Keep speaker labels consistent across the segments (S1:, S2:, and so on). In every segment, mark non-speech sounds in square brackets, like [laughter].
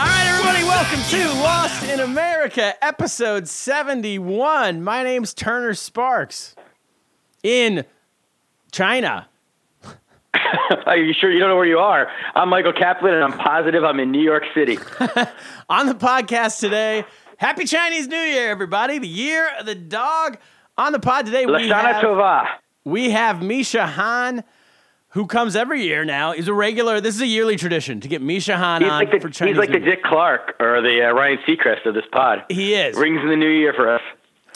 S1: All right, everybody, welcome to Lost in America, episode 71. My name's Turner Sparks in China.
S2: [laughs] Are you sure you don't know where you are? I'm Michael Kaplan, and I'm positive I'm in New York City.
S1: [laughs] On the podcast today, happy Chinese New Year, everybody, the year of the dog. On the pod today, we
S2: Lasana
S1: have,
S2: Tova.
S1: we have Misha Han, who comes every year now. He's a regular, this is a yearly tradition to get Misha Han
S2: He's
S1: on
S2: like, the,
S1: for
S2: he's
S1: Chinese
S2: like
S1: New
S2: the
S1: Year.
S2: Dick Clark or the uh, Ryan Seacrest of this pod.
S1: He is.
S2: Rings in the new year for us.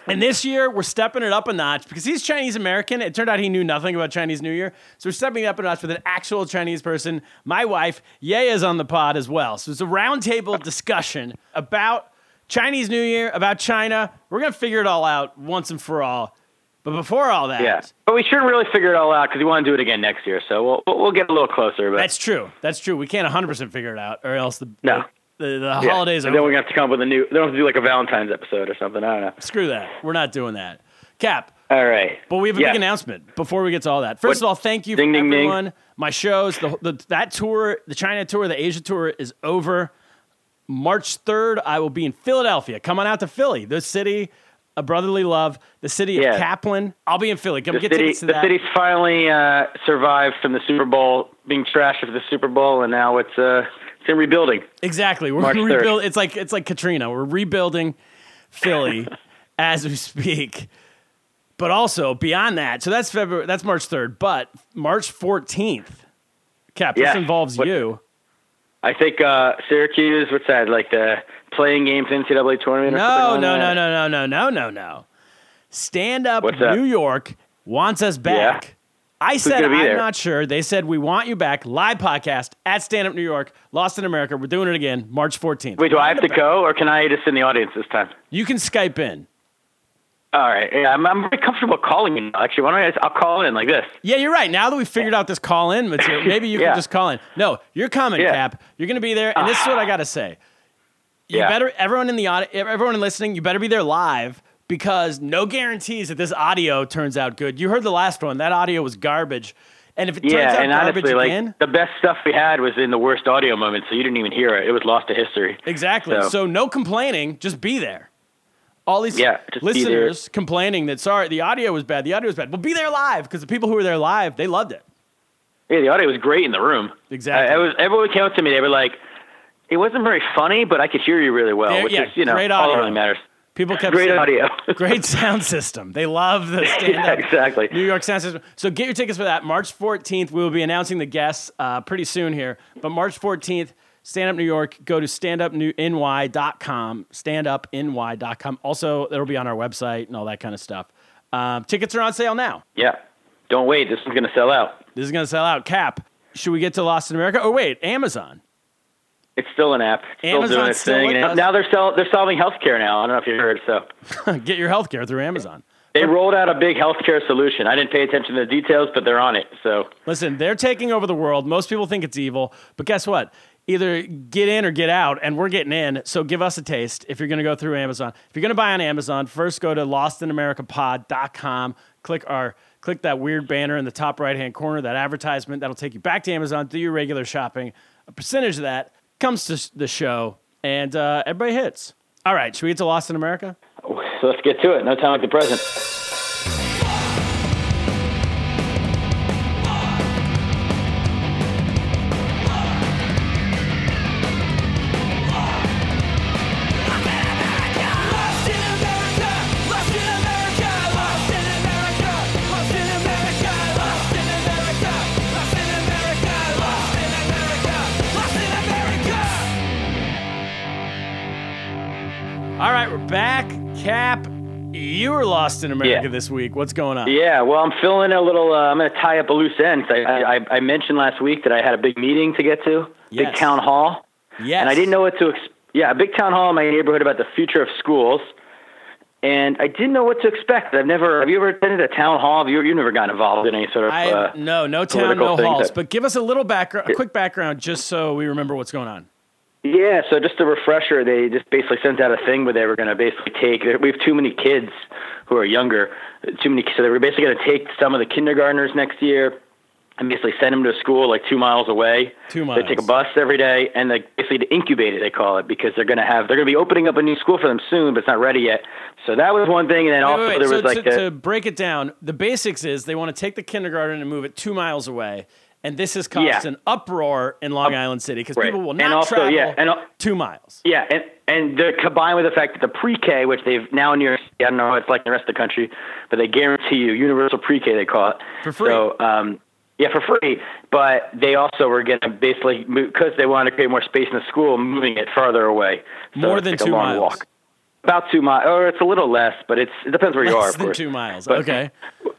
S1: And this year, we're stepping it up a notch because he's Chinese American. It turned out he knew nothing about Chinese New Year. So we're stepping it up a notch with an actual Chinese person. My wife, Ye, is on the pod as well. So it's a roundtable discussion about Chinese New Year, about China. We're going to figure it all out once and for all. But before all that,
S2: Yeah, but we shouldn't really figure it all out because we want to do it again next year. So we'll we'll we'll get a little closer. But
S1: that's true. That's true. We can't 100% figure it out or else the,
S2: No.
S1: the, the, the
S2: yeah.
S1: holidays
S2: And
S1: are
S2: then we're gonna have to come up with a new. Then we will have to do like a Valentine's episode or something. I don't know.
S1: Screw that. We're not doing that. Cap,
S2: All right.
S1: But we have a
S2: Yeah.
S1: big announcement before we get to all that. First
S2: What-
S1: of all, thank you
S2: Ding,
S1: for
S2: ding, ding.
S1: everyone. My shows, the, the that tour, the China tour, the Asia tour is over. March third, I will be in Philadelphia. Come on out to Philly, the city of brotherly love, the city
S2: Yeah.
S1: of Kaplan. I'll be in Philly. Come
S2: The
S1: get
S2: city,
S1: tickets to
S2: the
S1: that.
S2: city finally uh, survived from the Super Bowl, being trashed after the Super Bowl, and now it's uh, it's in rebuilding.
S1: Exactly. We're
S2: March third.
S1: rebuild. It's like it's like Katrina. We're rebuilding
S2: [laughs]
S1: Philly as we speak. But also beyond that, so that's February. That's March third. But March fourteenth, Cap.
S2: Yeah.
S1: This involves
S2: What-
S1: you.
S2: I think uh, Syracuse. What's that? Like the playing games NCAA tournament?
S1: No,
S2: Or something
S1: no,
S2: like
S1: no,
S2: that?
S1: no, no, no, no, no, no. Stand up
S2: What's that?
S1: New York wants us back.
S2: Yeah.
S1: I said
S2: gonna be
S1: I'm
S2: there?
S1: not sure. They said we want you back. Live podcast at Stand Up New York, Lost in America. We're doing it again, March 14th.
S2: Wait, do I have to go, or can I just sit in the audience this time?
S1: You can Skype in.
S2: All right. Yeah, I'm, I'm very comfortable calling you. now, Actually, why don't I? Just, I'll call in like this.
S1: Yeah, you're right. Now that we figured out this call in
S2: [laughs]
S1: material, maybe you
S2: Yeah.
S1: can just call in. No, you're coming,
S2: Yeah.
S1: Cap. You're going to be there, and this is what I got to say. You
S2: Yeah.
S1: better, everyone in the audi- everyone listening, you better be there live because no guarantees that this audio turns out good. You heard the last one; that audio was garbage, and if it turns
S2: Yeah,
S1: out
S2: and
S1: garbage
S2: honestly, like
S1: again,
S2: the best stuff we had was in the worst audio moment, so you didn't even hear it. It was lost to history.
S1: exactly. So.
S2: so-
S1: no complaining; just be there. All these
S2: Yeah, just be there.
S1: listeners complaining that sorry, the audio was bad. The audio was bad. Well, be there live because the people who were there live they loved it.
S2: Yeah, the audio was great in the room.
S1: Exactly.
S2: I, I was. Everyone came up to me. They were like, "It wasn't very funny, but I could hear you really well,"
S1: There-
S2: which
S1: yeah,
S2: is you know
S1: great
S2: all that
S1: audio.
S2: really matters.
S1: People kept
S2: Great
S1: saying- [laughs]
S2: audio. [laughs]
S1: Great sound system. They love the stand
S2: yeah,
S1: up
S2: exactly.
S1: New York sound system. So get your tickets for that. March 14th, we will be announcing the guests uh, pretty soon here. But March 14th, Stand Up New York. Go to standupny.com, standupny.com. Also, it'll be on our website and all that kind of stuff. Um, tickets are on sale now.
S2: Yeah. Don't wait. This is gonna sell out.
S1: This is going to sell out. Cap, should we get to Lost in America? Oh, wait, Amazon. [laughs]
S2: It's still an app. It's still
S1: Amazon's
S2: doing its
S1: still
S2: thing.
S1: with
S2: And
S1: us.
S2: now they're sell, they're solving healthcare now. I don't know if you heard. So
S1: get your healthcare through Amazon.
S2: they rolled out a big healthcare solution. I didn't pay attention to the details, but they're on it. So
S1: Listen, they're taking over the world. Most people think it's evil, but guess what? Either get in or get out, and we're getting in. So give us a taste if you're going to go through Amazon. If you're going to buy on Amazon, first go to lostinamericapod.com, click our click that weird banner in the top right-hand corner, that advertisement that'll take you back to Amazon, do your regular shopping. A percentage of that comes to s- the show, and uh, everybody hits. All right, should we get to Lost in America?
S2: so let's get to it. No time like the present.
S3: Lost in America, lost in America, lost in America, lost in America, lost in America, lost in America, lost in America, lost in America.
S1: All right, we're back. Cap, you were lost in America this week. What's going on?
S2: Yeah. Well, I'm filling in a little. Uh, I'm going to tie up a loose end. I, I I mentioned last week that I had a big meeting to get to.
S1: Yes.
S2: Big town hall.
S1: Yes.
S2: And I didn't know what to ex- yeah, a big town hall in my neighborhood about the future of schools. And I didn't know what to expect. I've never have you ever attended a town hall? Have you you've never gotten involved in any sort of
S1: I
S2: uh,
S1: no no town
S2: political
S1: no
S2: thing
S1: halls,
S2: that-
S1: but give us a little background, a quick background, just so we remember what's going on.
S2: Yeah, so just a refresher, they just basically sent out a thing where they were going to basically take. We have too many kids who are younger, too many. So they were basically going to take some of the kindergartners next year and basically send them to a school like two miles away.
S1: Two
S2: They take a
S1: miles.
S2: bus every day and they basically to incubate it. They call it because they're going to have they're going to be opening up a new school for them soon, but it's not ready yet. So that was one thing, and then
S1: Wait,
S2: also
S1: wait, wait.
S2: there
S1: So
S2: was like
S1: to,
S2: the,
S1: to break it down, the basics is they want to take the kindergarten and move it two miles away, and this has caused
S2: Yeah.
S1: an uproar in Long Island City because
S2: right.
S1: people will
S2: And
S1: not
S2: also,
S1: travel
S2: yeah, and al-
S1: two miles.
S2: Yeah, and and they're combined with the fact that the pre-K, which they've now in New York City, I don't know what it's like in the rest of the country, but they guarantee you universal pre-K they call it
S1: For free.
S2: So, um, yeah, for free. But they also were going to basically because they wanted to create more space in the school, moving it farther away. So
S1: More
S2: it's
S1: than
S2: like a
S1: two
S2: long
S1: miles.
S2: Walk. About two miles, or it's a little less, but it's it depends where you
S1: [laughs]
S2: are.
S1: Less
S2: of
S1: than
S2: course.
S1: two miles.
S2: But-
S1: okay.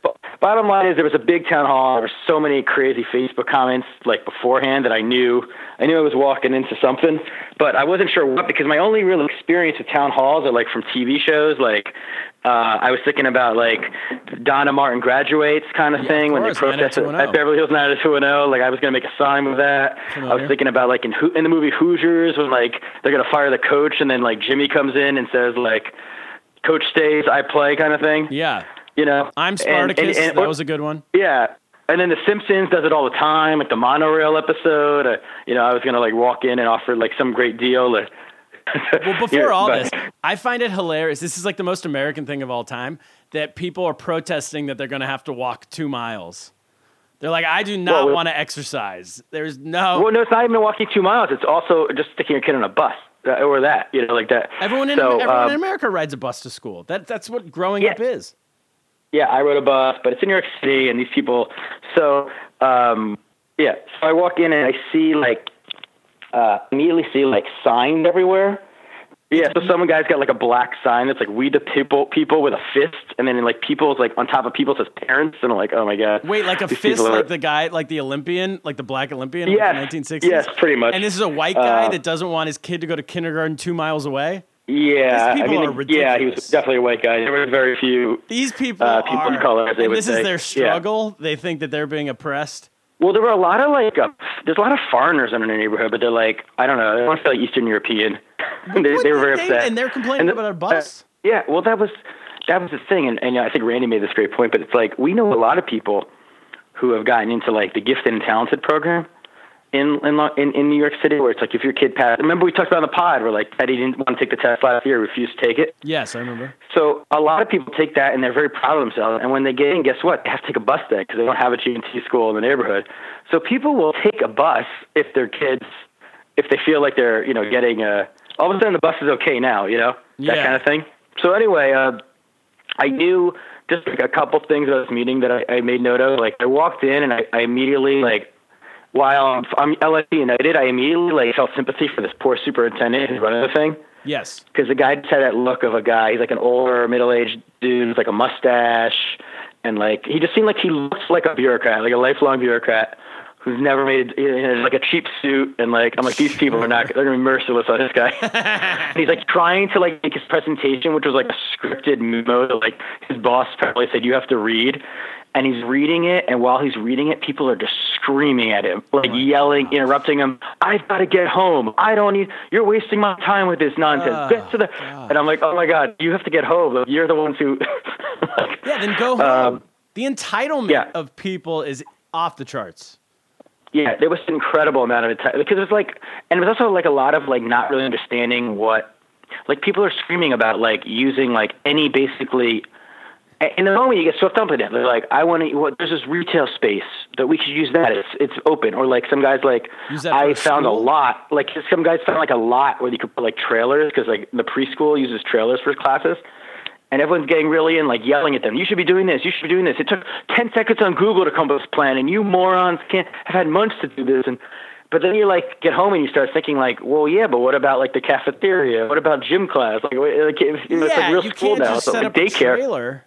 S2: Bo- Bottom line is there was a big town hall. There were so many crazy Facebook comments like beforehand that I knew I knew I was walking into something, but I wasn't sure what because my only real experience with town halls are like from TV shows. Like uh, I was thinking about like Donna Martin graduates kind of
S1: Yeah,
S2: thing
S1: of
S2: when they
S1: course,
S2: protested
S1: 90210.
S2: at Beverly Hills 90210. Like I was gonna make a sign with that. I
S1: Familiar.
S2: was thinking about like in Ho- in the movie Hoosiers when like they're gonna fire the coach and then like Jimmy comes in and says like. Coach stays, I play, kind of thing.
S1: Yeah.
S2: You know,
S1: I'm
S2: And-
S1: Spartacus.
S2: and- and-
S1: that was a good one.
S2: yeah. And then The Simpsons does it all the time, like the monorail episode. Uh, you know, I was gonna like walk in and offer like some great deal. Or,
S1: Well, before
S2: Yeah,
S1: all this,
S2: but-
S1: I find it hilarious. This is like the most American thing of all time that people are protesting that they're going to have to walk two miles. They're like, I do not
S2: Well, we-
S1: want to exercise. There's no.
S2: Well, no, it's not even walking two miles. It's also just sticking your kid on a bus uh, or that, you know, like that.
S1: everyone in,
S2: So,
S1: everyone
S2: um,
S1: in America rides a bus to school. That, that's what growing
S2: Yeah.
S1: up is.
S2: yeah, I rode a bus, but it's in New York City, and these people. So, um, yeah, so I walk in and I see like uh, immediately see like signs everywhere. Yeah, so some guy's got like a black sign that's like "We the people," people with a fist, and then like people's like on top of people says "parents," and I'm like, oh my god.
S1: Wait, like a
S2: These
S1: fist,
S2: people are-
S1: like the guy, like the Olympian, like the black Olympian of
S2: Yes.
S1: the 1960s?
S2: Yes, pretty much.
S1: And this is a white guy
S2: Uh,
S1: that doesn't want his kid to go to kindergarten two miles away?
S2: yeah,
S1: these
S2: I
S1: people
S2: mean,
S1: are
S2: yeah, he
S1: ridiculous.
S2: was definitely a white guy. There were very few
S1: These people,
S2: Uh, people
S1: are,
S2: of color, as they
S1: and
S2: would
S1: this
S2: say.
S1: is their
S2: Yeah.
S1: struggle. They think that they're being oppressed.
S2: Well, there were a lot of like, uh, there's a lot of foreigners in our neighborhood, but they're like, I don't know, they want to feel like Eastern European. they,
S1: [laughs] What
S2: they were very
S1: the-
S2: upset,
S1: and they're complaining
S2: the-
S1: about our bus?
S2: uh, yeah, well, that was that was the thing, and, and I think Randy made this great point, but it's like we know a lot of people who have gotten into like the gifted and talented program. In, in Lo- in in New York City, where it's like if your kid passed, remember we talked about on the pod where like Teddy didn't want to take the test last year, refused to take it.
S1: Yes, I remember.
S2: So a lot of people take that and they're very proud of themselves. And when they get in, guess what? They have to take a bus then because they don't have a G&T school in the neighborhood. So people will take a bus if their kids, if they feel like they're, you know, getting a. All of a sudden, the bus is okay now, you know, that
S1: Yeah.
S2: kind of thing. So anyway, uh, I knew just like a couple things about this meeting that I, I made note of. Like I walked in and I, I immediately like while I'm, I'm LSU United, I immediately like felt sympathy for this poor superintendent who's running the thing
S1: Yes.
S2: because the guy just had that look of a guy. He's like an older, middle-aged dude with like a mustache, and like he just seemed like he looks like a bureaucrat, like a lifelong bureaucrat who's never made it, in like a cheap suit. And like I'm like these people are not they're gonna be merciless on this guy. and he's like trying to like make his presentation, which was like a scripted memo that like his boss apparently said you have to read. And he's reading it, and while he's reading it, people are just screaming at him, like yelling, interrupting him. I've got to get home. I don't need. You're wasting my time with this nonsense.
S1: Ah.
S2: Get to the and I'm like, oh my god, you have to get home. You're the ones who. [laughs]
S1: Yeah, then go home. the entitlement
S2: Um, yeah.
S1: of people is off the charts.
S2: yeah, there was an incredible amount of time because it was like, and it was also like a lot of like not really understanding what, like people are screaming about like using like any basically. a- In the moment you get swept up in it, they're like, "I want to." Well, there's this retail space that we could use that. It's it's open, or like some guys like
S1: Use that for
S2: I
S1: a
S2: found a
S1: school?
S2: lot. Like some guys found like a lot where you could put like trailers because like the preschool uses trailers for classes. and everyone's getting really in, like yelling at them. You should be doing this. You should be doing this. It took ten seconds on Google to come up with this plan, and you morons can't have had months to do this. And but then you like get home and you start thinking like, well, yeah, but what about like the cafeteria? What about gym class? Like, wait, like it's it's
S1: yeah,
S2: like real
S1: you
S2: school
S1: can't
S2: now.
S1: just
S2: so,
S1: set
S2: like,
S1: up
S2: daycare
S1: a trailer.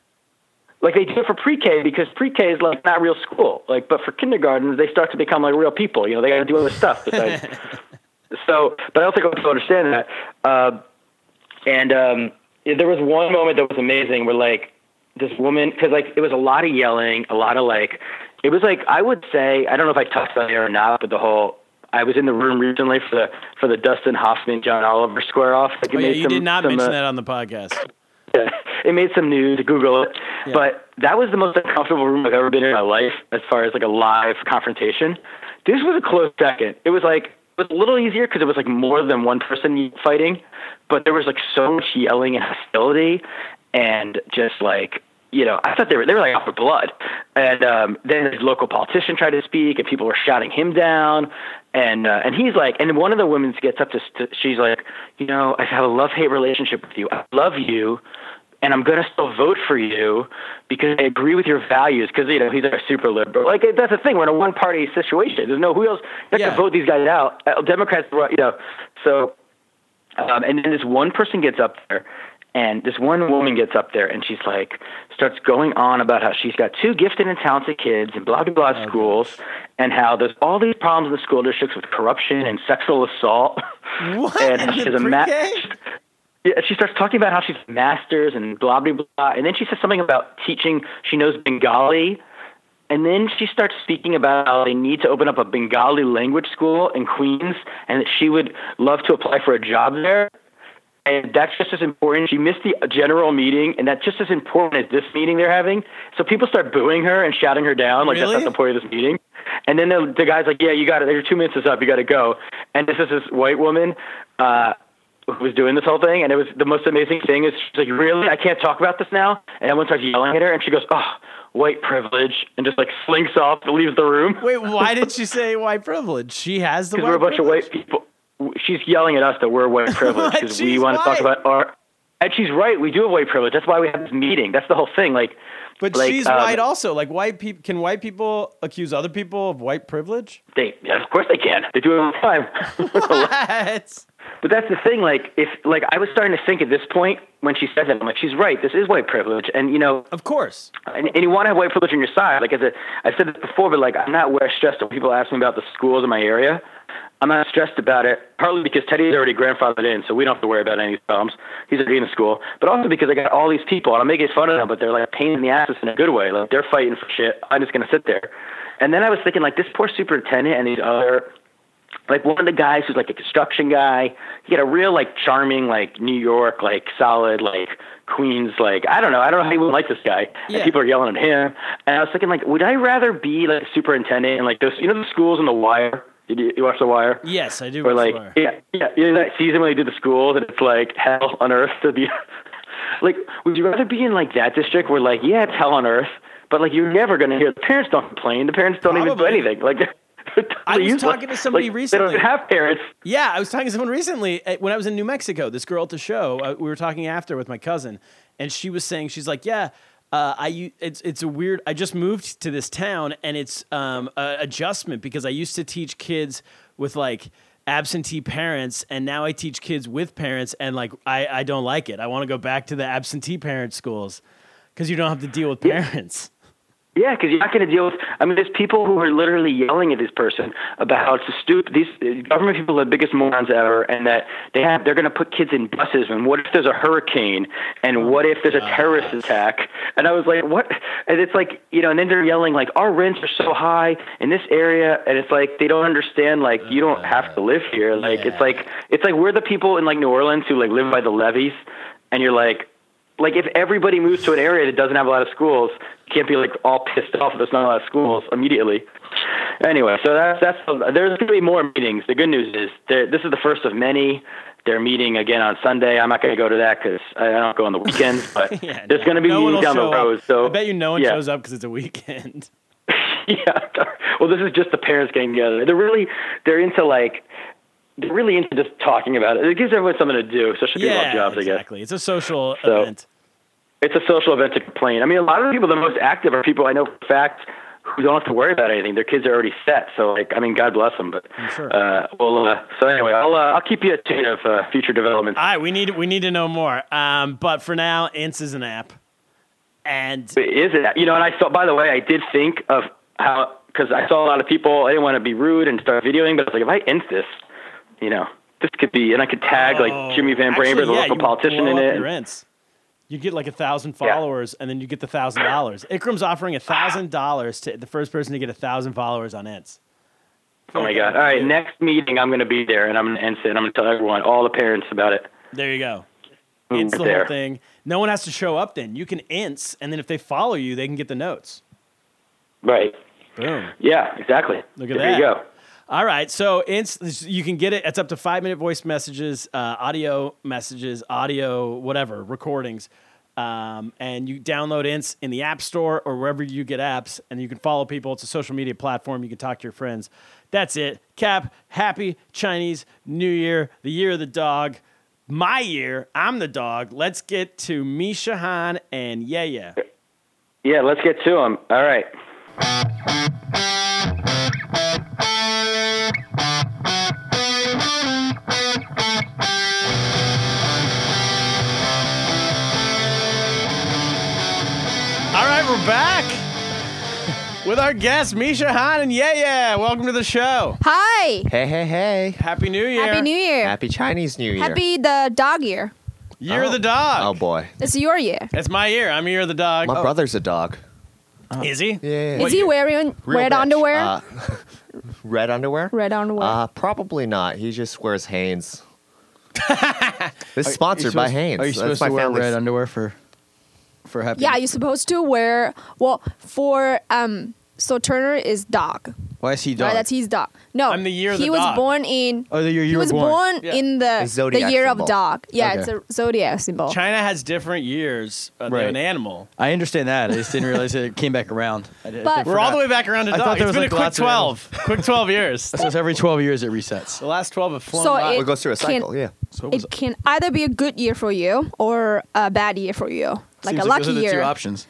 S2: like they do it for pre-K because pre-K is like not real
S4: [laughs]
S2: school. Like, but for kindergarten, they start to become like real people. You know, they got to do other stuff besides. So, but I don't think a lot of people understand that. Uh, and um, there was one moment that was amazing where like this woman, because like it was a lot of yelling, a lot of like, it was like I would say I don't know if I talked about it or not, but the whole. I was in the room recently for the for the Dustin Hoffman John Oliver square off. Like, it
S4: Oh, yeah,
S2: made
S4: you
S2: some-
S4: did not
S2: some,
S4: mention
S2: uh,
S4: that on the podcast.
S2: it made some news. Google it. But that was the most uncomfortable room I've ever been in my life, as far as like a live confrontation. This was a close second. It was like it was a little easier because it was like more than one person fighting, but there was like so much yelling and hostility, and just like you know, I thought they were they were like out for blood. And um, then his local politician tried to speak, and people were shouting him down. And uh, and he's like, and one of the women gets up to, st- she's like, you know, I have a love hate relationship with you. I love you, and I'm gonna still vote for you because I agree with your values. Because you know he's like a super liberal. Like that's the thing. We're in a one party situation. There's no who else. You have
S4: Yeah.
S2: to vote these guys out. Uh, Democrats, you know. So um, and then this one person gets up there, and this one woman gets up there, and she's like, starts going on about how she's got two gifted and talented kids, and blah blah blah
S4: Oh,
S2: schools, and how there's all these problems in the school districts with corruption and sexual assault.
S4: [laughs] What?
S2: and
S4: In
S2: how she
S4: the
S2: has a ma-
S4: pre-K?
S2: yeah, she starts talking about how she's masters and blah blah blah, and then she says something about teaching. She knows Bengali, and then she starts speaking about how they need to open up a Bengali language school in Queens, and that she would love to apply for a job there. And that's just as important. She missed the general meeting, and that's just as important as this meeting they're having. So people start booing her and shouting her down, like
S4: Really?
S2: that's not the point of this meeting. And then the, the guy's like, "Yeah, you got it. Your two minutes is up. You got to go." And this is this white woman. Uh, who was doing this whole thing, and it was the most amazing thing. Is she's like, really, I can't talk about this now, and everyone starts yelling at her, and she goes, oh, white privilege, and just like slinks off and leaves the room.
S4: Wait, why did she say white privilege? She has the white
S2: Because we're a bunch
S4: privilege?
S2: of white people. She's yelling at us that we're
S4: [laughs]
S2: white privilege
S4: What?
S2: because we
S4: She's
S2: want to talk
S4: white.
S2: about our. And she's right. We do have white privilege. That's why we have this meeting. That's the whole thing. Like,
S4: But
S2: like,
S4: she's
S2: um,
S4: white also. Like white people can white people accuse other people of white privilege? [laughs]
S2: They, yeah, of course they can. They do it all the time.
S4: What?
S2: But that's the thing. Like, if like I was starting to think at this point when she said that, I'm like, she's right. This is white privilege. And you know,
S4: Of course.
S2: and, and you want to have white privilege on your side. Like as a, I said this before, but like I'm not where stressed. When people ask me about the schools in my area, I'm not stressed about it. Partly because Teddy's already grandfathered in, so we don't have to worry about any problems. He's already in the school. But also because I got all these people, and I'm making fun of them, but they're like a pain in the asses in a good way. Like they're fighting for shit. I'm just gonna sit there. And then I was thinking, like this poor superintendent and these other like one of the guys who's like a construction guy. He had a real like charming like New York like solid like Queens like I don't know I don't know how you would like this guy.
S4: Yeah.
S2: And people are yelling at him. And I was thinking like, would I rather be like a superintendent and like those you know the schools in The Wire? Did you, you watch The Wire?
S4: Yes, I do.
S2: Or
S4: watch
S2: like
S4: The Wire.
S2: yeah yeah you know that season when they did the schools and it's like hell on earth to be [laughs] like would you rather be in like that district where like yeah it's hell on earth but like you're never gonna hear the parents don't complain the parents don't even do
S4: Probably.
S2: anything like. [laughs] they're totally
S4: I was
S2: useless.
S4: talking to somebody
S2: Like,
S4: recently.
S2: They don't have parents.
S4: Yeah, I was talking to someone recently uh, when I was in New Mexico. This girl at the show, uh, we were talking after with my cousin, and she was saying she's like, "Yeah, uh, I u- it's it's a weird. I just moved to this town, and it's um, a adjustment because I used to teach kids with like." absentee parents and now i teach kids with parents and like i, I don't like it i want to go back to the absentee parent schools because you don't have to deal with parents [laughs]
S2: Yeah, because you're not going to deal with. I mean, there's people who are literally yelling at this person about how it's a stupid. These uh, government people are the biggest morons ever, and that they have they're going to put kids in buses. And what if there's a hurricane? And what if there's a terrorist attack? And I was like, what? And it's like you know, and then they're yelling like our rents are so high in this area, and it's like they don't understand like you don't have to live here. Like it's like it's like we're the people in like New Orleans who like live by the levees, and you're like like if everybody moves to an area that doesn't have a lot of schools, you can't be like all pissed off if there's not a lot of schools immediately. Anyway, so that's that's there's going to be more meetings. The good news is there- this is the first of many. They're meeting again on Sunday. I'm not going to go to that because I I don't go on the weekends.
S4: [laughs]
S2: But
S4: Yeah,
S2: there's
S4: no-
S2: going to be
S4: no one will
S2: meetings down the
S4: show up.
S2: road. So
S4: i bet you no one
S2: yeah.
S4: shows up because it's a weekend
S2: [laughs] yeah. Well, this is just the parents getting together. They're really they're into like they're really into just talking about it. It gives everyone something to do, especially people who
S4: yeah
S2: have jobs. I guess.
S4: exactly it's a social
S2: So-
S4: event
S2: it's a social event to complain. I mean, a lot of the people, the most active are people I know for a fact who don't have to worry about anything. Their kids are already set. So, like, I mean, God bless them. But,
S4: sure.
S2: uh, well, uh, so anyway, I'll, uh, I'll keep you attuned of uh, future developments.
S4: All right, we need we need to know more. Um, but for now, Ints is an app, and
S2: But Is it? You know, and I saw, by the way, I did think of how, because I saw a lot of people, I didn't want to be rude and start videoing, but I was like, if I inst this, you know, this could be, and I could tag
S1: Oh.
S2: like Jimmy Van
S1: Actually,
S2: Bramer, the
S1: yeah,
S2: local
S1: you
S2: politician,
S1: blow
S2: in
S1: up
S2: it.
S1: Your rents. You'd get like a thousand followers, and then you get the thousand dollars. Ikram's offering a thousand dollars to the first person to get a thousand followers on Ents.
S2: oh my God. All right, next meeting, I'm going to be there and I'm going to end it. and I'm going to tell everyone, all the parents about it.
S1: There you go.
S2: Ooh,
S1: It's the
S2: there.
S1: whole thing. No one has to show up. Then you can ints, and then if they follow you, they can get the notes.
S2: Right.
S1: Boom.
S2: Yeah, exactly.
S1: Look at
S2: there you
S1: that.
S2: go.
S1: All right, so ints, you can get it. It's up to five minute voice messages, uh, audio messages, audio whatever recordings, um, and you download ints in the App Store or wherever you get apps, and you can follow people. It's a social media platform. You can talk to your friends. That's it. Cap, happy Chinese New Year, the year of the dog. My year, I'm the dog. Let's get to Misha Han and Yeah Yeah.
S2: Yeah, let's get to them. All right.
S1: All right, we're back with our guest Misha Han and Yeah Yeah. Welcome to the show.
S5: Hi.
S6: Hey, hey, hey.
S1: Happy New Year.
S5: Happy New Year.
S6: Happy Chinese New Year.
S5: Happy the dog year.
S1: Year of
S6: Oh.
S1: the dog.
S6: Oh, boy.
S5: It's your year.
S7: Oh.
S1: It's my year. I'm year of the dog.
S6: My
S1: Oh,
S6: brother's a dog.
S1: Is he?
S6: Yeah.
S5: Is he wearing
S6: Real
S5: red
S6: bitch.
S5: underwear?
S6: Uh, [laughs] red underwear?
S5: red underwear.
S6: Uh, probably not. He just wears
S7: [laughs]
S6: Hanes. this is
S7: You're
S6: sponsored by
S7: supposed-
S6: Hanes.
S7: Are you
S6: That's
S7: supposed
S6: my
S7: to wear
S6: family's-
S7: red underwear for for happy?
S5: yeah, you're supposed to wear well for um. So Turner is dog.
S7: Why is he
S5: Right,
S7: dog?
S5: that's his dog. No,
S1: I'm the year of
S5: he
S1: the
S5: was
S1: dog.
S5: born in.
S7: Oh, the year
S5: he
S7: you were
S5: was
S7: born.
S5: born
S1: Yeah.
S5: in the
S6: The zodiac
S5: the year
S6: symbol.
S5: of dog. Yeah,
S7: Okay.
S5: it's a zodiac symbol.
S1: China has different years of
S7: Right.
S1: an animal.
S7: I understand that. I just didn't realize it came back around. I did, I
S5: But-
S7: forgot.
S1: We're all the way back around to
S7: I
S1: dog.
S7: thought there
S1: it's
S7: was,
S1: been
S7: like,
S1: a quick
S7: lots of animals.
S1: twelve. quick twelve years.
S7: So it's every 12 years it resets.
S1: The last twelve have flown
S5: So
S1: by.
S5: it-
S6: It goes through a
S5: Can-
S6: cycle, yeah.
S7: So
S5: It can either be a good year for you or a bad year for you, like
S7: seems
S5: a lucky
S7: those are the two
S5: year.
S7: options.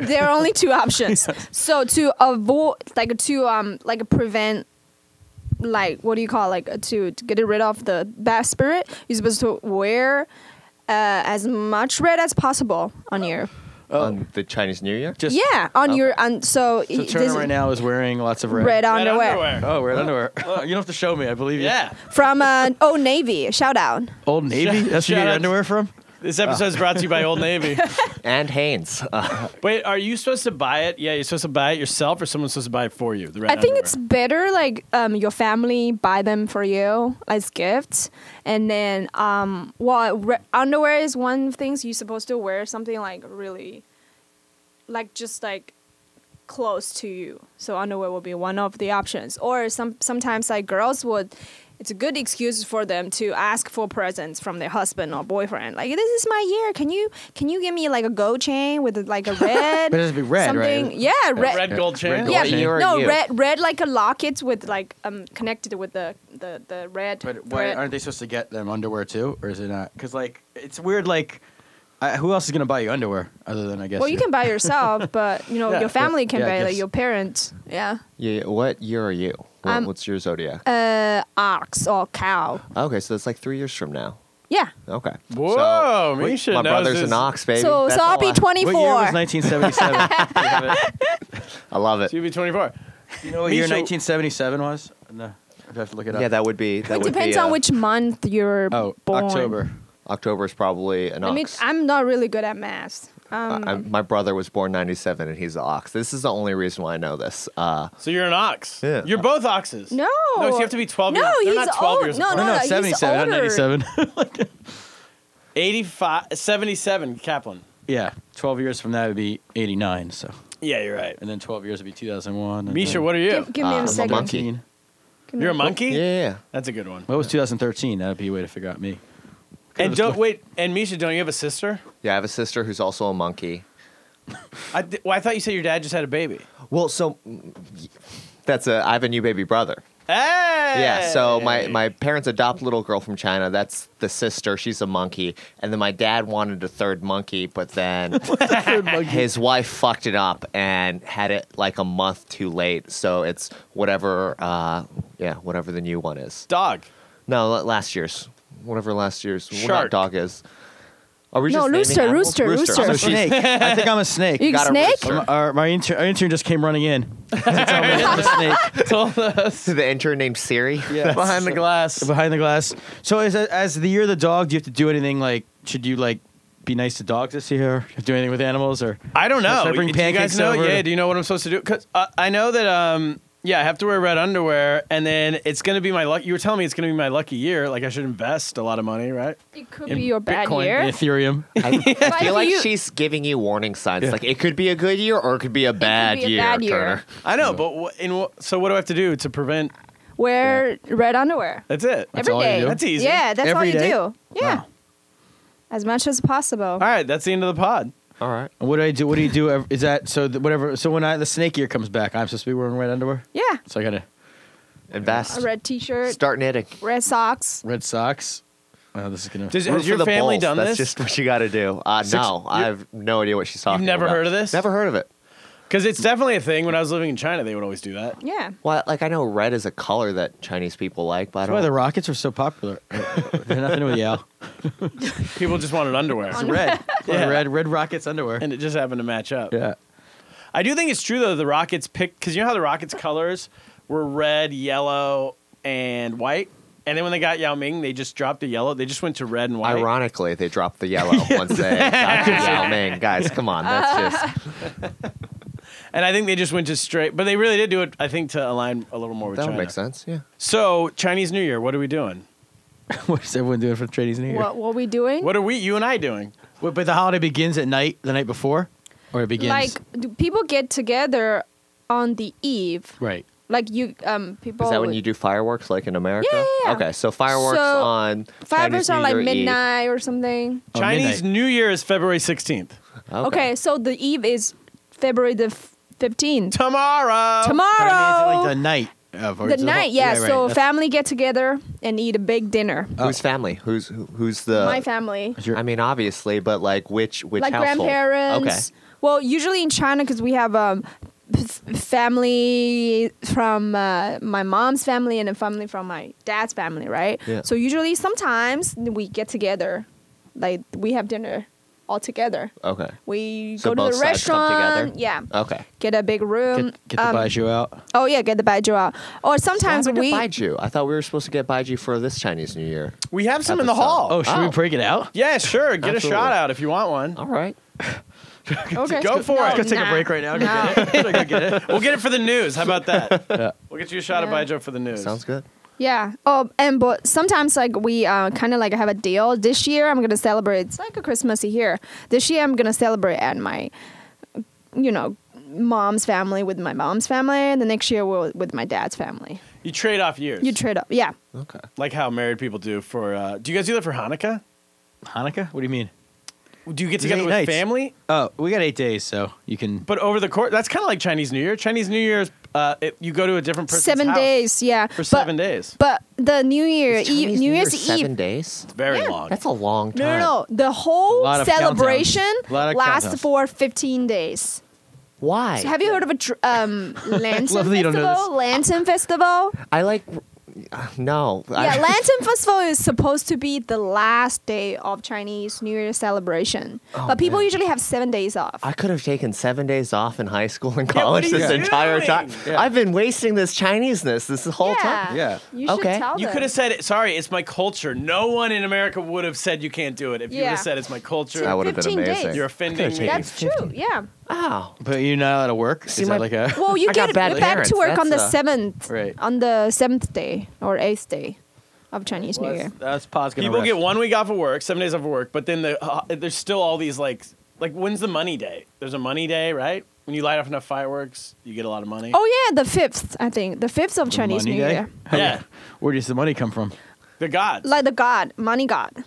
S5: there are only two options. So to avoid, like to um, like prevent, like what do you call, like to, to get rid of the bad spirit, you're supposed to wear uh, as much red as possible on your
S7: Oh.
S6: On the Chinese New Year?
S7: Just
S5: yeah on your on. So,
S7: So
S5: it-
S7: Turner
S5: this-
S7: right now is wearing lots of red.
S5: red, underwear,
S7: Oh, red [laughs] underwear. you don't have to show me. I believe you.
S1: Yeah.
S5: from uh, Old Navy. Shout out.
S7: Old Navy.
S1: Shout-
S7: That's where you
S1: shout
S7: get
S1: out-
S7: underwear from. Ah.
S1: This episode is brought to you by Old Navy.
S7: [laughs]
S1: [laughs]
S6: And Hanes. Uh,
S1: Wait, are you supposed to buy it? Yeah, you're supposed to buy it yourself, or someone's supposed to buy it for you? The red
S5: I think
S1: underwear?
S5: it's better like um, your family buy them for you as gifts, and then um, well, re- underwear is one of the things you're supposed to wear something like really, like just like close to you. So underwear will be one of the options, or some sometimes like girls would. It's a good excuse for them to ask for presents from their husband or boyfriend. Like this is my year. Can you can you give me like a gold chain with like
S7: [laughs]
S5: a red?
S7: But it has to be red, right?
S5: something, Yeah, red.
S1: red gold chain.
S7: Red gold
S5: Yeah,
S7: What chain. year
S6: are
S5: no,
S6: you?
S5: red, red like a locket with like um connected with the the the red.
S7: But why
S5: thread.
S7: aren't they supposed to get them underwear too, or is it not? Because like it's weird. Like, I, who else is gonna buy you underwear other than I guess?
S5: well, you can buy
S7: [laughs]
S5: yourself, but you know
S7: Yeah,
S5: your family
S7: but-
S5: can
S7: yeah, I
S5: buy, like
S7: guess.
S5: your parents. Yeah,
S6: yeah, yeah, what year are you? What,
S5: Um,
S6: what's your zodiac?
S5: uh, ox or cow.
S6: okay, so it's like three years from now.
S5: Yeah.
S6: Okay.
S1: Whoa,
S6: we-
S1: Misha
S6: My
S1: knows
S6: brother's
S1: his-
S6: an ox, baby.
S5: so
S6: That's
S5: so I'll
S6: all
S5: be
S6: I-
S5: 24.
S7: What year was
S5: [laughs]
S7: 1977?
S6: I love it.
S1: So you'll be 24.
S7: you know what year
S1: Misha-
S7: 1977 was? No, I'd have to look it up.
S6: Yeah, that would be. That
S5: it
S6: would
S5: depends
S6: be,
S5: on
S6: uh,
S5: which month you're
S7: Oh,
S5: born.
S7: October.
S6: October is probably an
S5: I mean,
S6: ox.
S5: I'm not really good at math. Um,
S6: I- my brother was born 97 and he's an ox. This is the only reason why I know this. Uh,
S1: So you're an ox.
S6: Yeah.
S1: You're both oxes.
S5: no.
S1: No, so you have to be 12
S5: No,
S1: years. They're
S5: he's
S1: not 12
S5: old.
S1: years
S5: No,
S1: apart.
S5: no,
S7: no,
S5: no, he's
S7: 77,
S5: older.
S7: not [laughs] 97.
S1: 85, 77 Kaplan.
S7: yeah, 12 years from that would be 89. So,
S1: Yeah, you're right.
S7: and then 12 years would be 2001. and
S1: Misha,
S7: then
S1: what are you?
S5: Give, give me
S6: Uh, I'm
S5: a
S6: a
S7: 13.
S5: second.
S6: monkey.
S5: Give me-
S1: You're a monkey?
S6: yeah, yeah.
S1: That's a good one.
S7: What was 2013? That'd be a way to figure out me.
S1: And
S7: was
S1: don't
S7: one.
S1: wait. And Misha, don't you have a sister?
S6: Yeah, I have a sister who's also a monkey.
S1: I, th- well, I thought you said your dad just had a baby.
S6: Well, so mm, y- that's a. I have a new baby brother.
S1: Hey!
S6: Yeah. So my my parents adopt a little girl from China. That's the sister. She's a monkey. And then my dad wanted a third monkey, but [laughs] then his wife fucked it up and had it like a month too late. So it's whatever. Uh, yeah, whatever the new one is.
S1: dog.
S6: No, la- last year's. Whatever last year's. Well,
S1: Shark.
S6: not dog is. Are we
S5: No,
S6: just naming
S5: rooster,
S6: animals?
S5: rooster, rooster.
S7: [laughs] I'm a
S5: So
S7: snake. I think I'm a snake.
S5: You
S6: Got a
S5: snake?
S6: rooster.
S7: Our, my inter- our intern just came running [laughs] in. He told me I'm a snake
S1: Told us
S6: To [laughs] the intern named Siri. [laughs]
S1: behind
S5: [laughs]
S1: the glass.
S7: behind the [laughs] glass. So, is it, as the year of the dog, do you have to do anything? Like, should you like be nice to dogs this year? Do anything with animals or?
S1: [laughs] I don't know.
S7: Should I
S1: do
S7: bring
S1: you
S7: pancakes
S1: guys know?
S7: over?
S1: Yeah. Do you know what I'm supposed to do? Because uh, I know that. Um. Yeah, I have to wear red underwear, and then it's gonna be my luck. You were telling me it's gonna be my lucky year. Like I should invest a lot of money, right?
S5: It could
S1: In
S5: be your bad
S1: Bitcoin,
S5: year.
S7: [laughs] Ethereum.
S6: I [laughs]
S5: But
S6: feel like
S5: you-
S6: she's giving you warning signs. Like it could be a good year or it could be a bad
S5: be a
S6: year.
S5: bad year.
S6: Turner.
S1: I know, but wh- in wh- so what do I have to do to prevent?
S5: wear red underwear
S1: That's it.
S5: every day.
S7: all you do?
S1: That's easy.
S5: Yeah, that's all
S7: Every
S5: you
S7: day?
S5: do. Yeah.
S7: Wow.
S5: As much as possible.
S1: All right, that's the end of the pod.
S6: All right.
S7: And What do I do? What do you do? ev- Is that so? That whatever. So when I the snake year comes back, I'm supposed to be wearing red underwear.
S5: Yeah.
S7: So I got a
S5: A
S6: Invest.
S5: red t shirt,
S6: Start knitting.
S5: red socks.
S7: red socks. Oh, this is gonna.
S1: Does,
S6: Root
S1: has
S6: for
S1: your
S6: the
S1: family
S6: Bulls.
S1: done
S6: That's
S1: this?
S6: just what you got to do. Uh, no, I have no idea what she's talking
S1: never
S6: about.
S1: heard of this?
S6: Never heard of it.
S1: Because it's definitely a thing. When I was living in China, they would always do that.
S5: Yeah.
S6: Well, like I know red is a color that Chinese people like, but I
S7: That's
S6: don't.
S7: why the Rockets are so popular. They're nothing to do with Yao.
S1: People just wanted underwear, [laughs]
S7: It's red.
S1: Yeah.
S7: Red. Red Rockets underwear.
S1: and it just happened to match up.
S7: yeah.
S1: I do think it's true though. The Rockets picked because you know how the Rockets colors were red, yellow, and white, and then when they got Yao Ming, they just dropped the yellow. They just went to red and white.
S6: Ironically, they dropped
S1: [laughs]
S6: the yellow once they got to Yao Ming. Guys, come
S5: [laughs]
S6: on, that's just
S1: And I think they just went to straight, but they really did do it. I think to align a little more with
S6: that would
S1: China.
S6: make sense. Yeah.
S1: So Chinese New Year, what are we doing?
S7: What's everyone doing for the Chinese New Year?
S5: What what we doing?
S1: What are we, you and I, doing?
S7: Wait, but the holiday begins at night, the night before, or it begins
S5: like do people get together on the eve.
S7: right.
S5: Like you um people
S6: Is that when you do fireworks like in America?
S5: Yeah, yeah, yeah.
S6: Okay, so fireworks
S5: So,
S6: on
S5: fireworks
S6: Chinese
S5: are
S6: New
S5: like
S6: Year Eve.
S5: midnight or something.
S7: Oh,
S1: Chinese
S7: midnight.
S1: New Year is February sixteenth.
S5: Okay. so the eve is February the fifteenth.
S1: Tomorrow.
S7: But I mean, is it like
S5: Tomorrow
S7: the night of or
S5: the
S7: is it
S5: night,
S7: whole-
S5: yeah.
S7: right,
S5: so
S7: that's-
S5: family get together and eat a big dinner.
S6: Who's family? Who's who, who's the?
S5: My family.
S7: Is your-
S6: I mean, obviously, but like which which
S5: like
S6: household?
S5: grandparents. Well, usually in China, because we have um, f- family from uh, my mom's family and a family from my dad's family, right?
S6: Yeah.
S5: So usually, sometimes we get together, like we have dinner all together.
S6: Okay. Okay.
S5: We
S6: So
S5: go to
S6: both
S5: the
S6: sides come together? Oh.
S5: restaurant, yeah.
S6: Okay.
S5: Get a big room.
S7: get, get the
S5: um,
S7: baijiu out.
S5: Oh yeah, get the baijiu out. Or sometimes
S6: Why
S5: we.
S6: we baijiu. I thought we were supposed to get baijiu for this Chinese New Year.
S1: We have some in the
S6: Episode.
S1: hall. Ah.
S7: Oh, should we
S6: oh.
S7: break it out?
S1: yeah, sure. Get
S6: Absolutely.
S1: a shot out if you want one.
S6: All right.
S5: Okay.
S1: Go for it. Let's go
S7: take a
S5: nah,
S7: break right now.
S5: nah.
S1: We'll get it [laughs] for the news. How about
S6: [laughs]
S1: that? We'll get you a shot
S5: Yeah.
S1: of Baijiu for the news.
S6: Sounds good.
S5: Yeah. Oh, and but sometimes like we uh, kind of like have a deal. This year I'm gonna celebrate. It's like a Christmassy here. This year I'm gonna celebrate at my, you know, mom's family with my mom's family. And the next year we'll with my dad's family.
S1: You trade off years.
S5: You trade up. Yeah.
S6: Okay.
S1: like how married people do for. Uh, do you guys do that for Hanukkah?
S7: Hanukkah? What do you mean?
S1: Do you get
S7: There's
S1: together
S7: eight
S1: with
S7: nights.
S1: family?
S7: Oh, we got eight days, so you can.
S1: But over the course, that's kind of like Chinese New Year. Chinese New Year's, uh, it, you go to a different person's
S5: Seven
S1: house
S5: days. Yeah.
S1: for seven days.
S5: But the New Year
S6: Is
S5: Eve,
S6: Chinese
S5: New
S6: Year
S5: Year's Eve.
S6: Seven days.
S1: It's very long.
S6: That's a long
S5: No,
S6: time.
S5: no, no. The
S7: lot
S5: whole
S7: of countdowns.
S5: celebration
S7: A lot of
S5: lasts
S7: countdowns.
S5: for 15 days.
S6: Why?
S5: So have you heard of a dr-
S7: [laughs]
S5: um, Lantern
S7: Love that you don't know this.
S5: Festival? Lantern Festival?
S6: I like. uh, No.
S5: Yeah,
S6: I,
S5: Lantern Festival is supposed to be the last day of Chinese New Year celebration, but people
S6: Oh, man.
S5: usually have seven days off.
S6: I could have taken seven days off in high school and
S1: Yeah, what
S6: college
S1: are you
S6: this
S1: doing?
S6: entire time.
S7: Yeah.
S6: I've been wasting this Chineseness this whole time.
S7: Yeah.
S5: You should
S6: Okay.
S5: tell
S1: You
S5: them.
S1: could have said, "Sorry, it's my culture." No one in America would have said you can't do it. If you would
S5: Yeah.
S1: have said it's my culture,
S6: That would have been
S5: 15 days.
S6: amazing.
S1: you're offending me.
S5: That's true. Yeah.
S6: Wow.
S7: But you're not allowed to work.
S6: See,
S7: Is
S6: my-
S7: that like a?
S5: [laughs] Well, you
S6: [laughs] I got
S5: get
S6: bad
S5: you're back
S6: parents.
S5: to work on the
S6: That's uh, a-
S5: seventh,
S7: Right.
S5: on the seventh day or eighth day of Chinese New Year.
S7: That's positive.
S1: People get one week off of work, seven days off of work, but then the, uh, there's still all these like, like when's the money day? There's a money day, right? When you light off enough fireworks, you get a lot of money.
S5: Oh yeah, the fifth. I think the fifth of Chinese New Year.
S1: yeah,
S7: Where does the money come from?
S1: the gods.
S5: Like the god, money god.
S6: [laughs]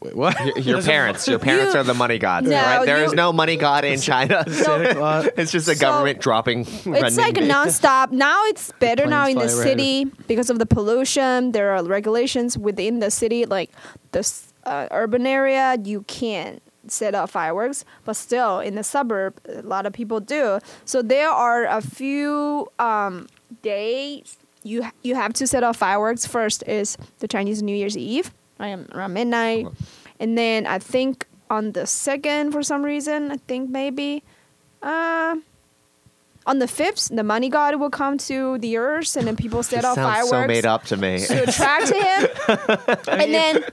S7: Wait, what?
S6: Y- Your parents. Your parents
S5: You-
S6: are the money god.
S5: No,
S6: right? There is
S5: you-
S6: no money god
S1: [laughs]
S6: in China. [laughs]
S7: Santa Claus.
S6: It's just the
S5: So-
S6: government dropping.
S5: It's like nonstop. Now
S7: [laughs]
S5: it's better now in
S7: planes
S5: the
S7: fly right
S5: city because of the pollution. There are regulations within the city, like the s- uh, urban area, you can't set up fireworks. But still, in the suburb, a lot of people do. So there are a few um, days you ha- you have to set up fireworks.
S7: Uh-huh.
S5: First is the Chinese New Year's Eve, I am around midnight, and then I think on the second for some reason. I think maybe. Uh, on the fifth, the money god will come to the earth, and then people set off
S6: sounds
S5: fireworks
S6: so made up to me.
S5: to attract him.
S7: [laughs]
S5: and then,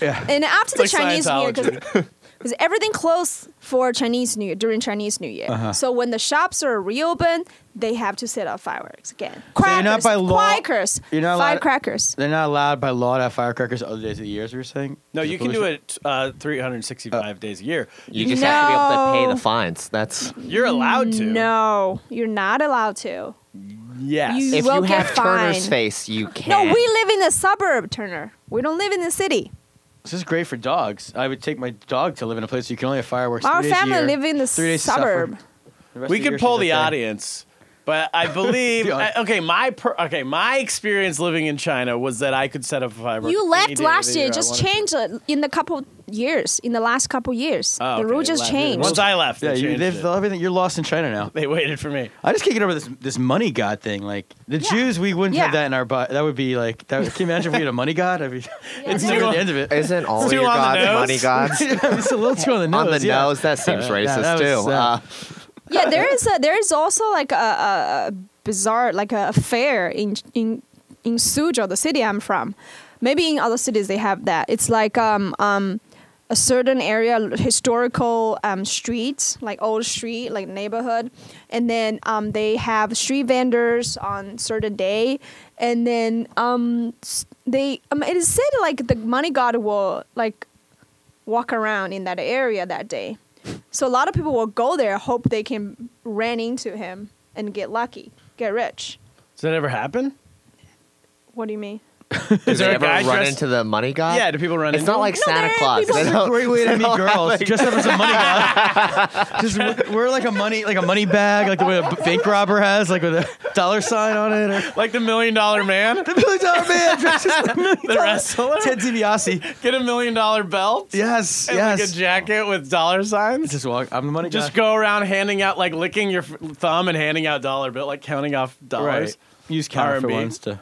S5: and after the
S1: It's like
S5: Chinese New Year,
S1: Scientology.
S5: [laughs] because everything closed for Chinese New Year during Chinese New Year.
S7: Uh-huh.
S5: So when the shops are reopened, they have to set off fireworks again. Crackers,
S7: you're not by law-
S5: Quakers,
S7: you're not allowed-
S5: firecrackers.
S7: They're not allowed by law to have firecrackers other days of the year, as we were saying.
S1: No,
S7: Is
S1: you can do
S7: pollution-
S1: it uh, 365 days a year.
S6: [laughs] You just have to be able to pay
S5: No.
S6: the
S5: [laughs]
S6: fines. That's
S1: You're allowed to.
S5: No, you're not allowed to.
S1: Yes.
S5: You
S6: if
S5: will
S6: you
S5: get
S6: have Turner's
S5: fined.
S6: face, you can.
S5: No, we live in a suburb, Turner. We don't live in the city.
S7: This is great for dogs. I would take my dog to live in a place you can only have fireworks.
S5: Our
S7: three days a
S5: family
S7: year.
S5: live in the
S7: Three days to suffer.
S5: suburb.
S7: The rest
S1: we
S7: of
S1: could
S7: year
S1: poll
S7: she's
S1: the
S7: okay.
S1: audience, but
S7: [laughs]
S1: I believe I- okay. My per, okay, my experience living in China was that I could set up a fiber.
S5: You
S1: any
S5: left
S1: day of
S5: last
S1: the
S5: year.
S1: I
S5: Just
S1: wanted.
S5: changed uh, in the couple years. In the last couple years,
S1: Oh,
S5: the
S1: okay,
S5: rule just
S1: last year.
S5: changed.
S1: Once I left,
S7: Yeah,
S1: they
S7: you,
S1: changed
S7: they've
S1: it.
S7: everything. You're lost in China now.
S1: They waited for
S5: [laughs]
S1: me.
S7: I just can't get over this this money god thing. Like the Jews, we wouldn't have
S5: Yeah.
S7: that in our butt. That would be like that. Would, can you imagine if we had a money god? I'd be, [laughs] it's
S5: no.
S7: near the end of it.
S6: Isn't all
S1: Too
S6: your
S1: on the
S6: gods
S1: nose?
S6: money
S1: [laughs]
S6: gods?
S7: [laughs] it's a little too on the nose.
S6: on the
S7: yeah.
S6: nose, that seems
S7: Yeah,
S6: racist
S7: that was,
S6: too.
S7: uh,
S6: Uh,
S5: yeah, there is a, there is also like a, a, a bizarre like a fair in in in Suzhou, the city I'm from. Maybe in other cities they have that. It's like um um a certain area historical um street like old street like neighborhood and then um they have street vendors on certain day and then um s- they um it is said like the money god will like walk around in that area that day so a lot of people will go there, hope they can ran into him and get lucky, get rich.
S1: Does that ever happen?
S5: What do you mean?
S6: do they
S1: there a
S6: Uh, ever
S1: guy
S6: run
S1: dressed-
S6: into the money god?
S1: Yeah, do people run
S6: It's
S1: into
S6: not
S1: him?
S6: like Santa
S5: there are
S6: Claus.
S5: people-
S6: They [laughs] don't-
S7: [laughs] great way to
S6: they
S7: meet
S6: don't have,
S7: girls.
S6: like-
S7: Just have some money god. just w- wear like a money like a money bag, like the way a bank robber has, like with a dollar sign on it, or
S1: Like the Million Dollar
S7: [laughs]
S1: Man,
S7: the million dollar man dresses like million
S1: the wrestler.
S7: [laughs] Ted DiBiase.
S1: Get a million dollar belt.
S7: Yes,
S1: And
S7: yes.
S1: Like a jacket with dollar signs.
S7: Just walk. I'm the money
S1: Just
S7: god.
S1: go around handing out, like licking your f- thumb and handing out dollar bill, like counting off dollars.
S7: Use counter for
S1: R&B.
S7: ones to.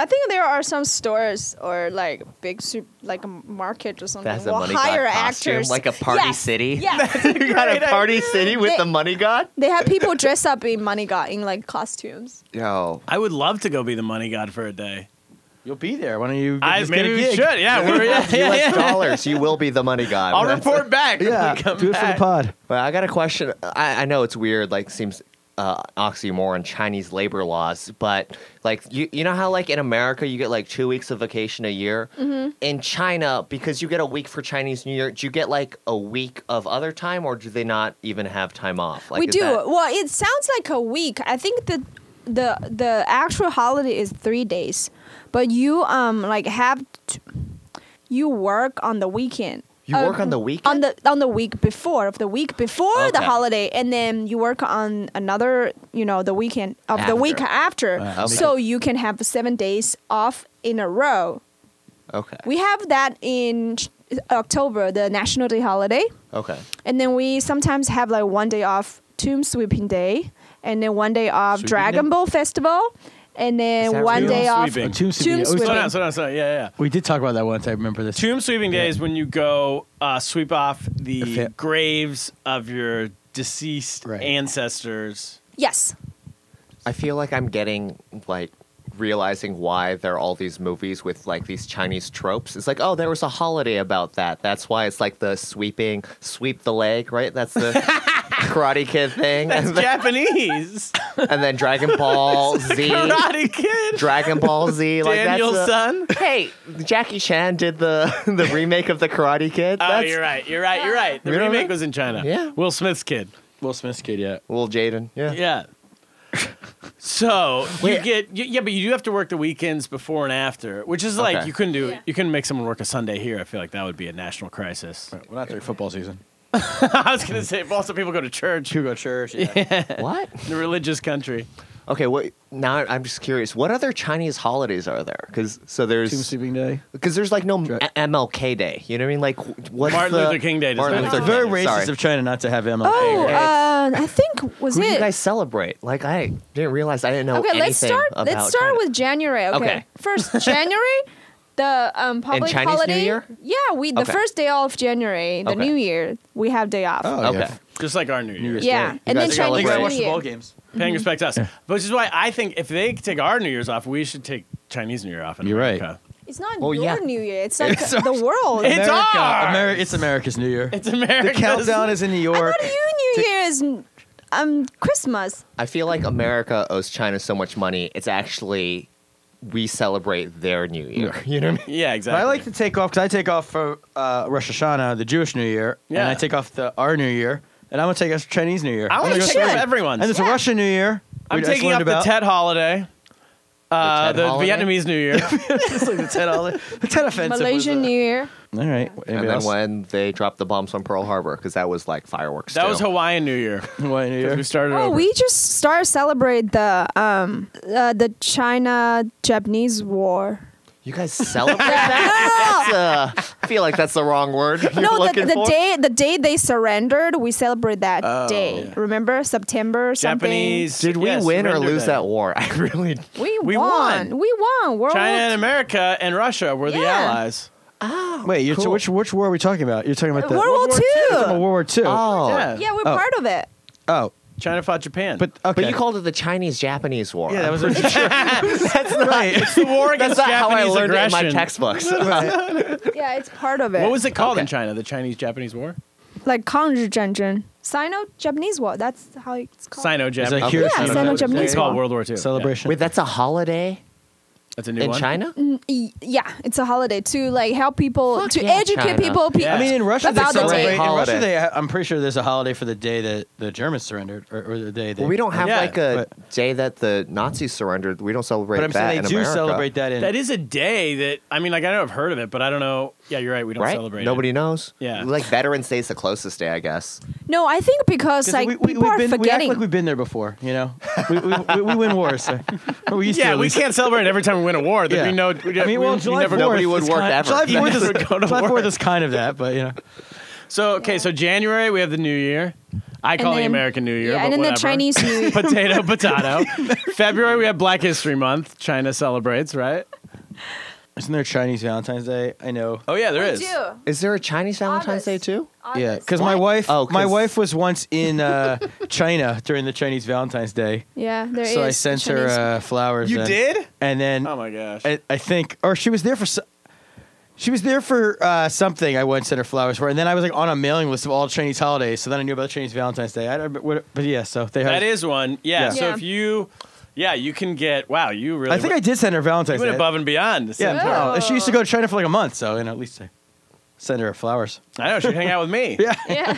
S5: I think there are some stores or like big sup- like a market or something
S6: That's a
S5: will
S6: money
S5: hire
S6: god costume,
S5: actors.
S6: like a party
S5: Yes,
S6: city. [laughs]
S5: Yeah,
S6: you got a party city with
S5: They-
S6: the money god?
S5: they have people dress up in money god in like costumes.
S6: [laughs] Yo,
S1: I would love to go be the money god for a day.
S7: You'll be there. Why don't you?
S1: I,
S7: just
S1: maybe
S7: get a
S1: we
S7: gig?
S1: should. Yeah, we're, yeah, yeah,
S6: U.S.
S1: yeah.
S6: dollars. You will be the money god.
S1: I'll
S6: That's-
S1: report back. when
S7: Yeah,
S1: we come
S7: do it for the
S1: back.
S7: pod.
S6: Well, I got a question. I, I know it's weird, like seems uh, oxymoron Chinese labor laws, but like you you know how like in America you get like two weeks of vacation a year. In China, because you get a week for Chinese New Year, do you get like a week of other time, or do they not even have time off? Like
S5: we
S6: is
S5: do.
S6: that-
S5: Well, it sounds like a week. I think the the the actual holiday is three days, but you um like have t- you work on the weekend.
S6: you
S5: Uh,
S6: work on the weekend.
S5: on the on the week before of the week before the
S6: Okay.
S5: holiday and then you work on another you know the weekend of
S6: After. Uh,
S5: the week after
S6: okay.
S5: so you can have seven days off in a row
S6: okay.
S5: we have that in Ch- october the national day holiday
S6: okay.
S5: and then we sometimes have like one day off tomb sweeping day and then one day off dragon
S7: Day?
S5: ball festival and
S6: Is
S5: then
S6: that
S5: one
S6: real?
S5: day off
S1: Sweeping.
S7: Tomb sweeping.
S5: Tomb
S7: Oh,
S1: Slow
S5: sweeping.
S1: down, slow down, slow down. Yeah, yeah.
S7: We did talk about that once. I remember this.
S1: Tomb sweeping day is when you go uh, sweep off the
S7: The fa-
S1: graves of your deceased
S7: Right.
S1: ancestors.
S5: yes
S6: I feel like I'm getting like realizing why there are all these movies with like these Chinese tropes. It's like, oh, there was a holiday about that. That's why it's like the sweeping, sweep the leg, right? That's
S1: [laughs]
S6: the Karate Kid thing,
S1: That's
S6: and, then,
S1: Japanese.
S6: and then Dragon
S1: [laughs]
S6: Ball Z,
S1: Karate Kid.
S6: Dragon Ball Z, like
S1: Daniel's
S6: that's. the- [laughs]
S1: son.
S6: Hey, Jackie Chan did the [laughs] the remake of the Karate Kid.
S1: Oh,
S6: That's
S1: you're right. You're right. You're right. The
S6: You know what I
S1: remake
S6: mean?
S1: was in China.
S6: Yeah.
S1: Will Smith's kid.
S7: Will Smith's kid. Yeah.
S6: Little Jaden. Yeah.
S1: Yeah. So you
S6: Wait.
S1: get y- yeah, but you do have to work the weekends before and after, which is like
S6: Okay.
S1: you couldn't do
S5: Yeah.
S1: you couldn't make someone work a Sunday here. I feel like that would be a national crisis.
S7: Well, not during football season.
S1: [laughs] I was gonna say, but also people go to church,
S7: People go to church. Yeah.
S6: What?
S1: the religious country.
S6: Okay. What? Now I'm just curious. What other Chinese holidays are there? Because so there's
S7: Tomb sweeping day.
S6: Because there's like no
S7: Dra-
S6: M- MLK Day. You know what I mean? Like what's
S1: Martin
S6: the-
S1: Luther King Day does
S6: Martin
S1: not
S6: Luther
S1: exist.
S6: King.
S7: Very racist
S6: Sorry.
S7: of China not to have MLK.
S5: oh
S6: Hey,
S5: uh, i think was
S6: Who do
S5: it
S6: you guys celebrate? Like I didn't realize I didn't know
S5: okay
S6: anything
S5: let's start
S6: about
S5: let's start
S6: China. [laughs]
S5: with january okay,
S6: Okay.
S5: first january the um, public
S6: Chinese New
S5: holiday.
S6: Year?
S5: Yeah, we the
S6: Okay.
S5: first day of January, the
S6: Okay.
S5: New Year, we have day off.
S7: Oh,
S6: Okay.
S7: yeah.
S1: just like our New Year's.
S5: yeah,
S6: You
S5: and then
S6: guys
S5: Chinese
S6: celebrate.
S7: I
S5: New
S7: watched the ball
S5: Year.
S7: games.
S1: paying respect to us. Which is why I think if they take our New Year's off, we should take Chinese New Year off. In
S7: You're right.
S1: America.
S5: It's not
S6: Well,
S5: your
S6: Oh, yeah.
S5: New Year. It's
S6: [laughs]
S5: like
S7: It's
S5: the world.
S1: It's
S7: America,
S1: ours!
S7: Ameri- it's America's New Year.
S1: It's America.
S7: the countdown is in New York.
S5: What do you New Year is um Christmas?
S6: I feel like America owes China so much money. It's actually we celebrate their New Year. You know what I
S1: [laughs]
S6: mean?
S1: Yeah,
S7: But
S1: exactly.
S7: I like to take off because I take off for uh, Rosh Hashanah, the Jewish New Year, and
S1: Yeah.
S7: I take off the our New Year, and I'm gonna take off Chinese New Year.
S1: I want
S7: And
S1: to
S7: there's-
S1: take off
S5: Good.
S1: everyone's.
S7: And there's a Russian New Year.
S1: I'm
S7: we just
S1: taking
S7: learned
S1: up the
S7: about.
S1: Tet holiday. Uh,
S6: Tet
S1: the
S6: holiday?
S1: Vietnamese New
S7: [laughs]
S1: Year.
S7: It's like the Tet holiday. [laughs] The Tet offensive. was,
S5: Malaysian
S7: uh,
S5: New Year.
S7: All right.
S6: And then when they dropped the bombs on Pearl Harbor, because that was like fireworks.
S1: That
S6: too.
S1: was Hawaiian New Year.
S7: [laughs] Hawaiian New Year.
S1: We started
S5: Oh,
S1: over.
S5: we just start celebrate the um uh, the China Japanese war.
S6: You
S5: [laughs]
S6: guys celebrate that? That's, uh, I feel like that's the wrong word. You're
S5: no, the,
S6: looking
S5: the
S6: for.
S5: day the day they surrendered, we celebrate that day. Remember September something.
S1: Japanese.
S6: Did we
S1: yes,
S6: win or
S1: surrender
S6: lose
S1: day.
S6: that war? [laughs] I really.
S5: We,
S1: We
S5: won.
S1: won.
S5: We won. World
S1: China and America and Russia were the
S5: Yeah.
S1: allies.
S7: Wait, you're, so
S6: Cool.
S7: which which war are we talking about? You're talking about the
S5: World War
S7: You're talking about
S5: Two.
S7: World War Two.
S6: Oh,
S1: Yeah.
S5: Yeah, we're
S7: Oh.
S5: part of it.
S7: Oh,
S1: China fought Japan.
S7: but okay.
S6: but you called it the Chinese-Japanese war.
S7: yeah, that [laughs] was that's right.
S1: it's the [laughs] war
S6: [laughs]
S1: against
S6: That's not how I
S1: Japanese
S6: learned it in
S1: aggression.
S6: my
S7: [laughs]
S6: textbooks.
S5: Yeah, it's part of it.
S1: What was it called in
S6: Okay.
S1: China? The Chinese-Japanese War?
S5: like Kang Sino-Japanese war. That's how it's called.
S1: Sino-Japanese.
S7: Is that here?
S5: Yeah, Sino-Japanese
S1: It's called
S5: war.
S1: World War II.
S7: Celebration.
S6: Wait, that's a holiday
S1: Yeah. That's a new
S6: in
S1: one.
S6: China?
S5: Y- Yeah, it's a holiday to like help people
S6: Fuck
S5: to
S6: yeah,
S5: educate
S6: China.
S5: people. Pe-
S1: Yeah.
S7: I mean, in Russia
S5: About
S7: they
S5: the
S7: celebrate.
S5: day.
S7: In
S6: Holiday.
S7: Russia, they, I'm pretty sure there's a holiday for the day that the Germans surrendered, or, or the day. They,
S6: Well, we don't have
S1: Yeah,
S6: like a
S7: but-
S6: day that the Nazis surrendered. We don't celebrate
S7: But I'm
S6: that
S7: saying
S6: in
S7: they do
S6: America.
S7: celebrate that in.
S1: That is a day that I mean, like I know I've heard of it, but I don't know. Yeah, you're right. We don't
S6: right?
S1: celebrate.
S6: Nobody
S1: It.
S6: knows.
S1: Yeah.
S6: like Veterans Day is the closest day, I guess.
S5: no, I think because
S7: 'Cause
S5: like
S7: we, we,
S5: people
S7: we've
S5: are
S7: been, we act
S5: forgetting.
S7: like we've been there before,
S1: [laughs]
S7: you know. We, we, we, we win wars. [laughs] So. Or we used to.
S1: Yeah,
S7: at
S1: we
S7: least.
S1: can't celebrate every time we win a war. There'd
S7: Yeah.
S1: be no.
S7: I mean, well,
S1: we
S7: July
S1: never-
S7: 4th
S6: Nobody would
S7: is
S6: work
S7: kind,
S6: ever.
S1: [laughs]
S7: July 4th is,
S1: Never go to
S7: July 4th
S1: work.
S7: is kind of that, but you know.
S1: So okay, so January we have the New Year. I call it
S5: then-
S1: American New Year.
S5: yeah,
S1: but
S5: and then
S1: whatever.
S5: the Chinese New
S7: [laughs]
S1: [laughs]
S5: Year. [laughs]
S1: potato potato. February we have Black History Month. China celebrates, right?
S7: Isn't there Chinese Valentine's Day? I know.
S1: Oh yeah, there
S5: We
S1: is.
S5: do.
S6: Is there a Chinese
S5: August.
S6: Valentine's Day too?
S7: Yeah,
S5: August.
S7: because my wife,
S6: Oh, 'cause-
S7: my wife was once in uh, China during the Chinese Valentine's Day,
S5: yeah, there is.
S7: so I sent her
S5: Chinese-
S7: uh, flowers. then. and then
S1: Oh my gosh.
S7: I, I think, or she was there for. so- She was there for uh, something I once sent her flowers for, and then I was like on a mailing list of all Chinese holidays. So then I knew about Chinese Valentine's Day. I don't, but, what- but yeah, so they had.
S1: that is one. Yeah.
S7: Yeah.
S1: So
S5: Yeah.
S1: if you, yeah, you can get. Wow, you really.
S7: I think I
S1: went,
S7: did send her
S1: you
S7: Valentine's
S1: went
S7: Day.
S1: above and beyond. to send
S7: yeah,
S1: her.
S7: no, she used to go to China for like a month, so you know, at least I send her flowers.
S1: I know. She hang out with me.
S7: [laughs] Yeah.
S5: yeah,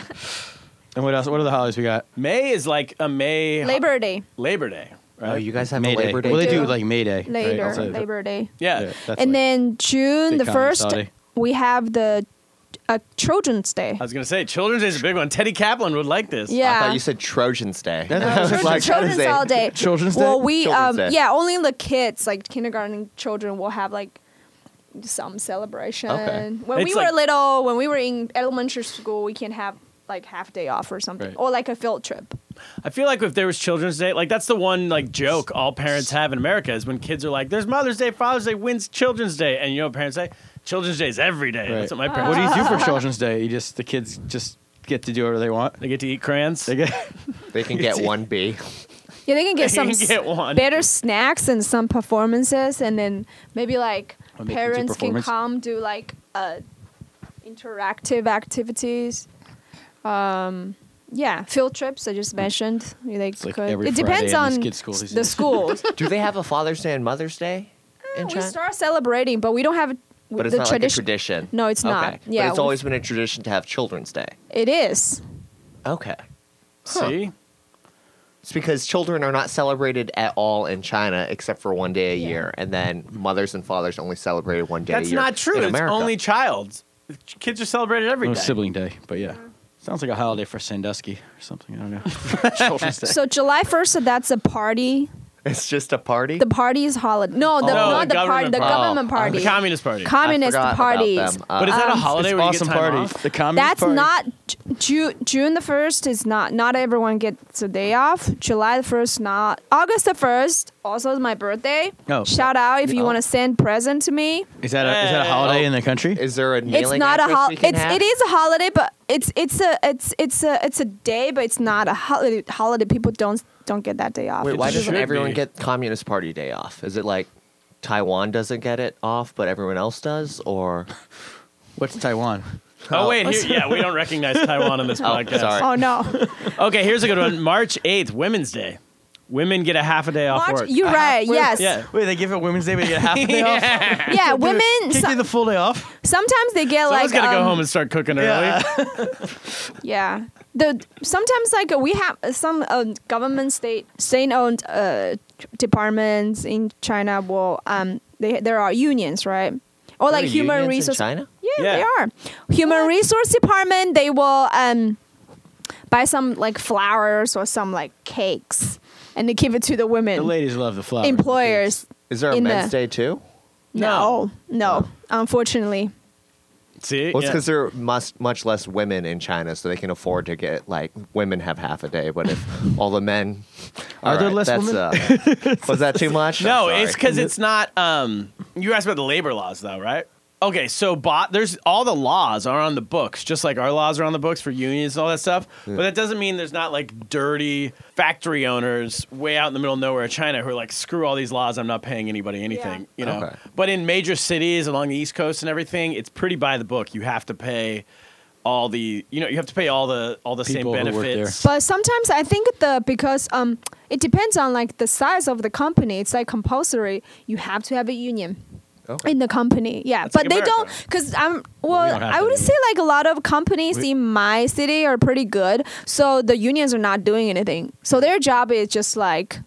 S7: And what else? What are the holidays we got?
S1: May is like a May
S5: Labor Day
S1: Labor Day.
S6: Oh, you guys have
S7: May
S6: a Labor Day.
S7: Well, they
S5: too.
S7: do like May Day. right?
S5: later,
S7: Also-
S5: Labor Day,
S1: Yeah.
S7: yeah, that's
S5: and
S7: like-
S5: then June the
S7: big communist
S5: first,
S7: holiday.
S5: we have the uh, Children's Day.
S1: I was gonna say Children's Day is a big one. Teddy Kaplan would like this.
S5: Yeah.
S6: I thought you said Trojans Day. [laughs]
S7: That's
S6: I was
S5: uh,
S6: like, that
S7: Children's-
S6: is
S5: children's
S6: a-
S5: all day.
S7: Children's
S5: well,
S7: Day?
S5: we
S6: Children's
S5: um
S6: Day.
S5: yeah, only the kids like kindergarten children will have like some celebration.
S6: Okay.
S5: When we
S1: It's
S5: were
S1: like-
S5: little, when we were in elementary school, we can have like half day off or something,
S7: Right.
S5: or like a field trip.
S1: I feel like if there was Children's Day, like that's the one like joke all parents have in America is when kids are like, "There's Mother's Day, Father's Day, when's Children's Day?" And you know what parents say? Children's Day is every day. That's what
S5: [laughs]
S1: my parents.
S7: What do you do for Children's Day? You just the kids just get to do whatever they want.
S1: They get to eat crayons.
S7: They get
S6: They
S7: [laughs]
S6: can get one B.
S5: Yeah, they can get
S1: They
S5: some
S1: can
S5: s-
S1: get one.
S5: better snacks and some performances, and then maybe like
S7: I'll make you do
S5: parents can
S7: performance.
S5: come do like uh, interactive activities. Um, yeah, field trips I just mentioned. They
S7: like
S5: could.
S7: every
S5: it
S7: Friday
S5: depends
S7: in these
S5: on
S7: kids' school these
S5: the
S7: days.
S5: schools.
S6: Do they have a Father's Day and Mother's Day in
S5: we
S6: China?
S5: start celebrating, but we don't have
S6: but it's
S5: the
S6: not like a
S5: tradition.
S6: tradition.
S5: No, it's
S6: okay.
S5: not.
S6: but
S5: Yeah,
S6: it's
S5: we-
S6: always been a tradition to have Children's Day.
S5: it is.
S6: Okay.
S1: See,
S6: It's because children are not celebrated at all in China except for one day a year, and then mothers and fathers only celebrated one day. a
S1: that's
S6: year
S1: not true.
S6: In
S1: It's
S6: America. [laughs]
S1: only child. Kids are celebrated every
S2: Oh,
S7: no
S1: day.
S7: sibling day, but yeah. Sounds like a holiday for Sandusky or something. I don't know. Children's Day.
S5: So July first, that's a party
S6: It's just a party.
S5: The party is holiday. No, the,
S1: No,
S5: not
S1: the
S5: the party.
S1: Oh, government
S5: The
S1: party.
S5: government
S6: Oh,
S5: party.
S1: The Communist Party.
S5: Communist
S6: I forgot about
S5: parties.
S6: them. Uh,
S1: but is that [laughs] a
S5: Um,
S1: holiday? Where
S7: awesome
S1: you get time
S7: party.
S1: Off?
S7: The communist
S5: That's
S7: party.
S5: not June. June the first is not. Not everyone gets a day off. July the first, not. August the first, also is my birthday.
S7: Oh.
S5: Shout out if you want to send present to me.
S7: Is that a, is that a
S1: Hey.
S7: holiday in the country?
S6: Oh. Is there a
S5: It's
S6: kneeling
S5: not a
S6: address
S5: hol.
S6: we can
S5: It's
S6: have?
S5: it is a holiday, but it's it's a it's it's a it's a day, but it's not a holiday. Holiday people don't don't get that day off.
S6: Wait,
S1: It
S6: why
S1: should
S6: doesn't everyone
S1: be.
S6: get Communist Party Day off? Is it like Taiwan doesn't get it off, but everyone else does? Or
S7: What's Taiwan?
S1: Oh wait, here, yeah, we don't recognize Taiwan on this podcast.
S6: sorry.
S5: Oh no,
S1: Okay, here's a good one. March eighth, Women's Day. Women get a half a day off
S5: March.
S1: work.
S5: You're right. Yes.
S1: yeah.
S7: Wait, they give it Women's Day, but you
S6: [laughs]
S7: get half a
S1: [laughs]
S7: day off.
S5: Yeah, Women.
S7: Kick
S5: so-
S7: you the full day off.
S5: sometimes they get
S1: Someone's
S5: like.
S1: gotta go
S5: um,
S1: home and start cooking
S7: Yeah.
S1: early.
S5: Yeah. The sometimes like we have some um, government state state owned uh, departments in China. Well, um, they there are unions, right? Or like
S6: Are
S5: human
S6: unions in
S5: resource.
S6: China?
S5: Yeah,
S1: Yeah.
S5: they are. Human resource department. They will um, buy some like flowers or some like cakes, and they give it to the women
S7: The ladies love the flowers.
S5: employers.
S6: Is there a
S5: In
S6: Men's
S5: the-
S6: Day too?
S5: No, no, unfortunately.
S1: See,
S6: Well, it's
S1: Yeah.
S6: because there are much, much less women in China, so they can afford to get, like, women have half a day. But if all the men.
S7: Are
S6: All
S7: there
S6: right,
S7: less
S6: that's,
S7: women?
S6: uh, was that too much?
S1: No,
S6: I'm
S1: it's
S6: sorry.
S1: because it's not. Um, you asked about the labor laws, though, right? Okay, so bot there's all the laws are on the books, just like our laws are on the books for unions and all that stuff. But that doesn't mean there's not like dirty factory owners way out in the middle of nowhere, China, who are like, screw all these laws, I'm not paying anybody anything, you know.
S6: Okay.
S1: But in major cities along the East Coast and everything, it's pretty by the book. You have to pay all the, you know, you have to pay all the all the
S7: People
S1: same
S7: who work there.
S1: benefits.
S5: But sometimes I think the because um it depends on like the size of the company. It's like compulsory. You have to have a union
S6: Okay.
S5: in the company. Yeah,
S1: That's
S5: but
S1: like
S5: they don't
S1: America.
S5: because I'm
S1: we
S5: well.
S1: don't have
S5: I
S1: that
S5: would say like a lot of companies
S1: We-
S5: in my city are pretty good. So the unions are not doing anything. So their job is just like,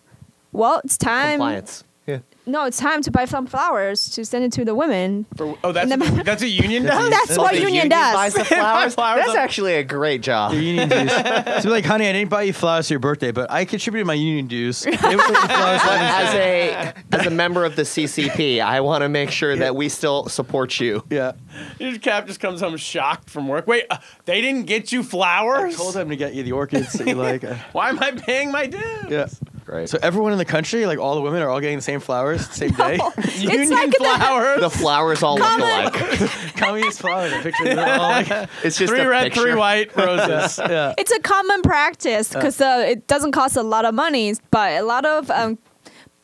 S5: well, it's time.
S6: Compliance. Yeah.
S5: No, it's time to buy some flowers to send it to the women. [laughs]
S1: For- oh, that's
S5: And the-
S1: that's a union. does?
S5: That's what
S6: The
S5: union
S6: union buys
S5: does.
S6: the flowers?
S1: flowers
S6: That's
S1: on-
S6: actually a great job.
S7: Your
S6: [laughs]
S7: union dues. so like, honey, I didn't buy you flowers for your birthday, but I contributed my union dues. They would put the flowers on
S6: [laughs]
S7: it.
S6: as a as a member of the CCP, I want to make sure that we still support you.
S7: yeah.
S1: Your cap just comes home shocked from work. Wait, uh, they didn't get you
S7: I
S1: flowers?
S7: told them to get you the orchids that
S6: [laughs]
S7: you like. Uh,
S1: Why am I paying my dues?
S7: yeah.
S6: Great.
S7: So everyone in the country, like all the women, are all getting the same flowers, same day.
S5: it's like the, [laughs]
S1: flowers.
S6: the flowers all look
S5: Common-
S6: alike. [laughs]
S7: Communist flowers. A picture of them all. Like,
S6: It's just
S1: three
S6: a
S1: red,
S6: picture.
S1: three
S7: [laughs]
S1: white roses.
S7: yeah.
S5: it's a common practice because uh, it doesn't cost a lot of money, but a lot of um,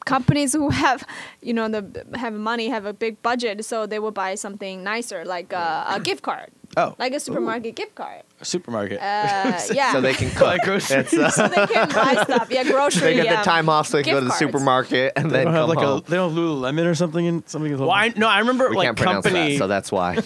S5: companies who have, you know, the have money have a big budget, so they will buy something nicer, like uh, a gift card,
S7: Oh,
S5: like a supermarket gift
S6: [laughs]
S5: card.
S7: supermarket.
S5: Uh, [laughs] yeah,
S6: So they can cook.
S7: like grocery.
S6: It's, uh,
S5: So they can
S6: [laughs]
S5: buy stuff. Yeah, grocery. um,
S6: they get
S5: yeah.
S6: the time off so they can
S5: Gift
S6: go to the
S5: cards.
S6: supermarket and
S7: They
S6: then
S7: don't
S6: come
S7: have like
S6: home.
S7: a. They don't have Lululemon or something. In something.
S1: Well, I, no, I remember
S6: we
S1: like
S6: can't pronounce
S1: company.
S6: that, so that's [laughs] why.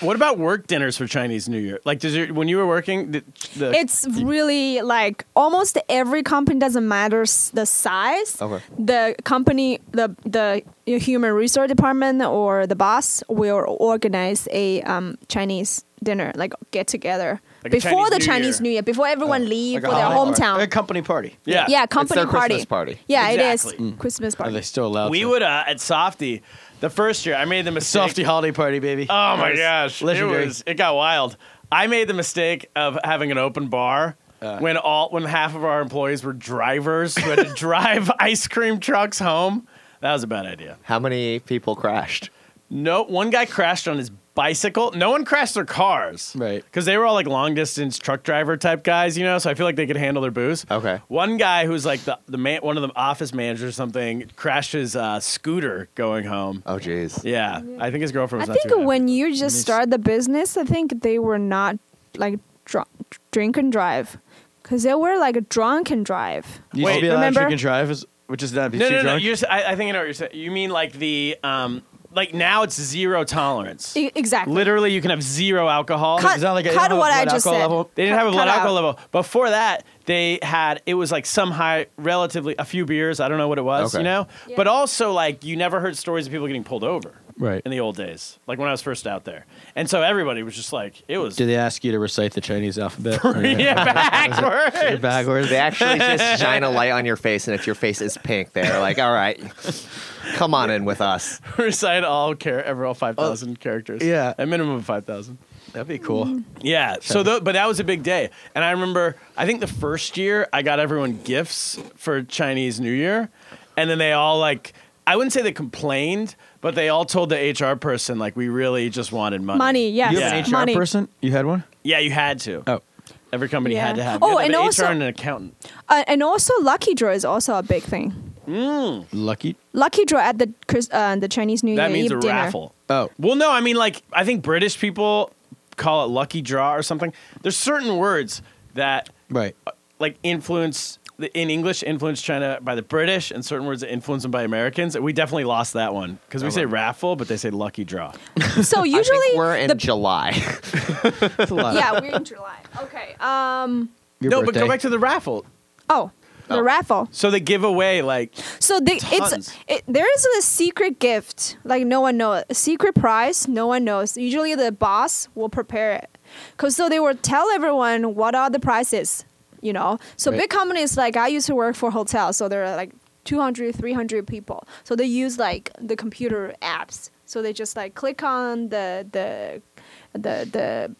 S1: what about work dinners for Chinese New Year? Like, does your when you were working, the, the
S5: It's really like almost every company doesn't matter s- the size.
S6: Okay.
S5: The company, the the human resource department or the boss will organize a um, Chinese dinner, like get together
S1: Like a
S5: before
S1: Chinese
S5: the
S1: New
S5: Chinese
S1: Year. Oh,
S5: New Year, before everyone leave for their hometown.
S7: a company party.
S1: yeah
S5: yeah, company
S6: their
S5: party.
S6: Christmas party.
S5: Yeah, it
S1: Exactly.
S5: is Christmas
S7: Mm. Are
S5: party.
S7: they still allowed?
S1: We
S7: to?
S1: would uh, at Softy the first year. I made the mistake.
S7: softy holiday party, baby.
S1: Oh
S7: That
S1: my
S7: was
S1: gosh,
S7: legendary.
S1: it was it got wild. I made the mistake of having an open bar
S7: Uh.
S1: when all when half of our employees were drivers who had to [laughs] drive ice cream trucks home. That was a bad idea.
S6: How many people crashed?
S1: No, one guy crashed on his bicycle. No one crashed their cars.
S7: Right.
S1: Because they were all like long distance truck driver type guys, you know, so I feel like they could handle their booze.
S6: Okay.
S1: One guy who's like the, the man, one of the office managers or something crashed his uh, scooter going home.
S6: Oh, jeez.
S1: Yeah. I think his girlfriend
S5: I
S1: was not
S5: think
S1: too happy.
S5: when you just start the business, I think they were not like dr- drink and drive, because they were like a drunk and drive.
S7: You
S1: Wait,
S7: should be allowed to
S5: remember-
S7: drink and drive, is- which is not be
S1: No,
S7: too
S1: no, no.
S7: drunk.
S1: You're, s- I, I think I know what you're saying. You mean like the um, like now it's zero tolerance.
S5: E- exactly.
S1: Literally, you can have zero alcohol.
S5: Cut-
S7: it's not like a- you
S5: cut
S7: don't have a
S5: what I
S7: blood
S5: just
S7: alcohol
S5: said.
S7: level.
S1: they didn't have a
S5: cut
S1: blood
S5: out.
S1: alcohol level before that. They had it was like some high, relatively a few beers. I don't know what it was,
S6: Okay.
S1: you know.
S5: Yeah.
S1: But also like you never heard stories of people getting pulled over.
S7: Right.
S1: in the old days, like when I was first out there. And so everybody was just like, it was [laughs]
S7: Do they ask you to recite the Chinese alphabet? Oh, [laughs]
S1: yeah, backwards.
S7: Backwards.
S6: They actually [laughs] just shine a light on your face, and if your face is pink, they're like, "All right, come on in with us."
S1: [laughs] Recite all char- every all five thousand characters.
S7: yeah.
S1: a minimum of five thousand.
S7: That'd be cool.
S1: Yeah. So, tho- but that was a big day, and I remember. I think the first year I got everyone gifts for Chinese New Year, and then they all like. I wouldn't say they complained, but they all told the HR person like we really just wanted money.
S5: Money, yes.
S1: have an
S5: yeah.
S1: HR
S7: Our
S5: Money.
S7: person, you had one?
S1: Yeah, you had to.
S7: Oh.
S1: Every company
S5: Yeah.
S1: had to have.
S5: Oh,
S1: you had to
S5: and
S1: have an
S5: also-
S1: HR and an accountant.
S5: Uh, and also, Lucky Draw is also a big thing.
S7: Lucky.
S5: Lucky Draw at the Chris- uh, the Chinese New
S1: That
S5: Year
S1: means
S5: Eve
S1: a
S5: dinner.
S1: raffle.
S7: Oh.
S1: Well, no, I mean, like, I think British people call it lucky draw or something. There's certain words that,
S7: Right.
S1: uh, like, influence in English, influence China by the British, and certain words that influence them by Americans. And we definitely lost that one because
S6: Oh,
S1: we say raffle, but they say lucky draw.
S5: So
S6: [laughs] I think
S5: usually
S6: we're in
S5: the
S6: July. [laughs]
S7: That's a lot.
S5: yeah we're in July. Okay. Um.
S7: Your
S1: no,
S7: birthday.
S1: but go back to the raffle.
S5: Oh, the raffle.
S1: So they give away, like,
S5: So they,
S1: Tons.
S5: it's it, there is a secret gift like no one knows a secret prize no one knows. Usually the boss will prepare it, cause so they will tell everyone what are the prices, you know. So
S7: Right.
S5: big companies like I used to work for hotels, so there are like 200, 300 people. So they use like the computer apps. So they just like click on the the the the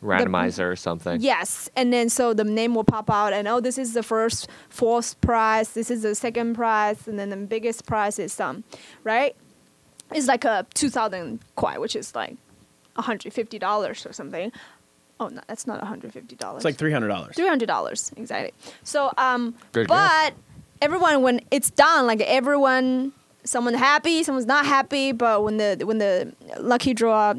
S6: Randomizer or something.
S5: Yes, and then so the name will pop out, and oh, this is the first fourth prize, this is the second prize, and then the biggest prize is some, right? It's like a two thousand kwai, which is like hundred fifty dollars or something. Oh, no, that's not hundred fifty dollars.
S1: it's like $300.
S5: three hundred dollars exactly. So, um,
S6: Good
S5: but everyone when it's done, like everyone, someone happy, someone's not happy. But when the when the lucky draw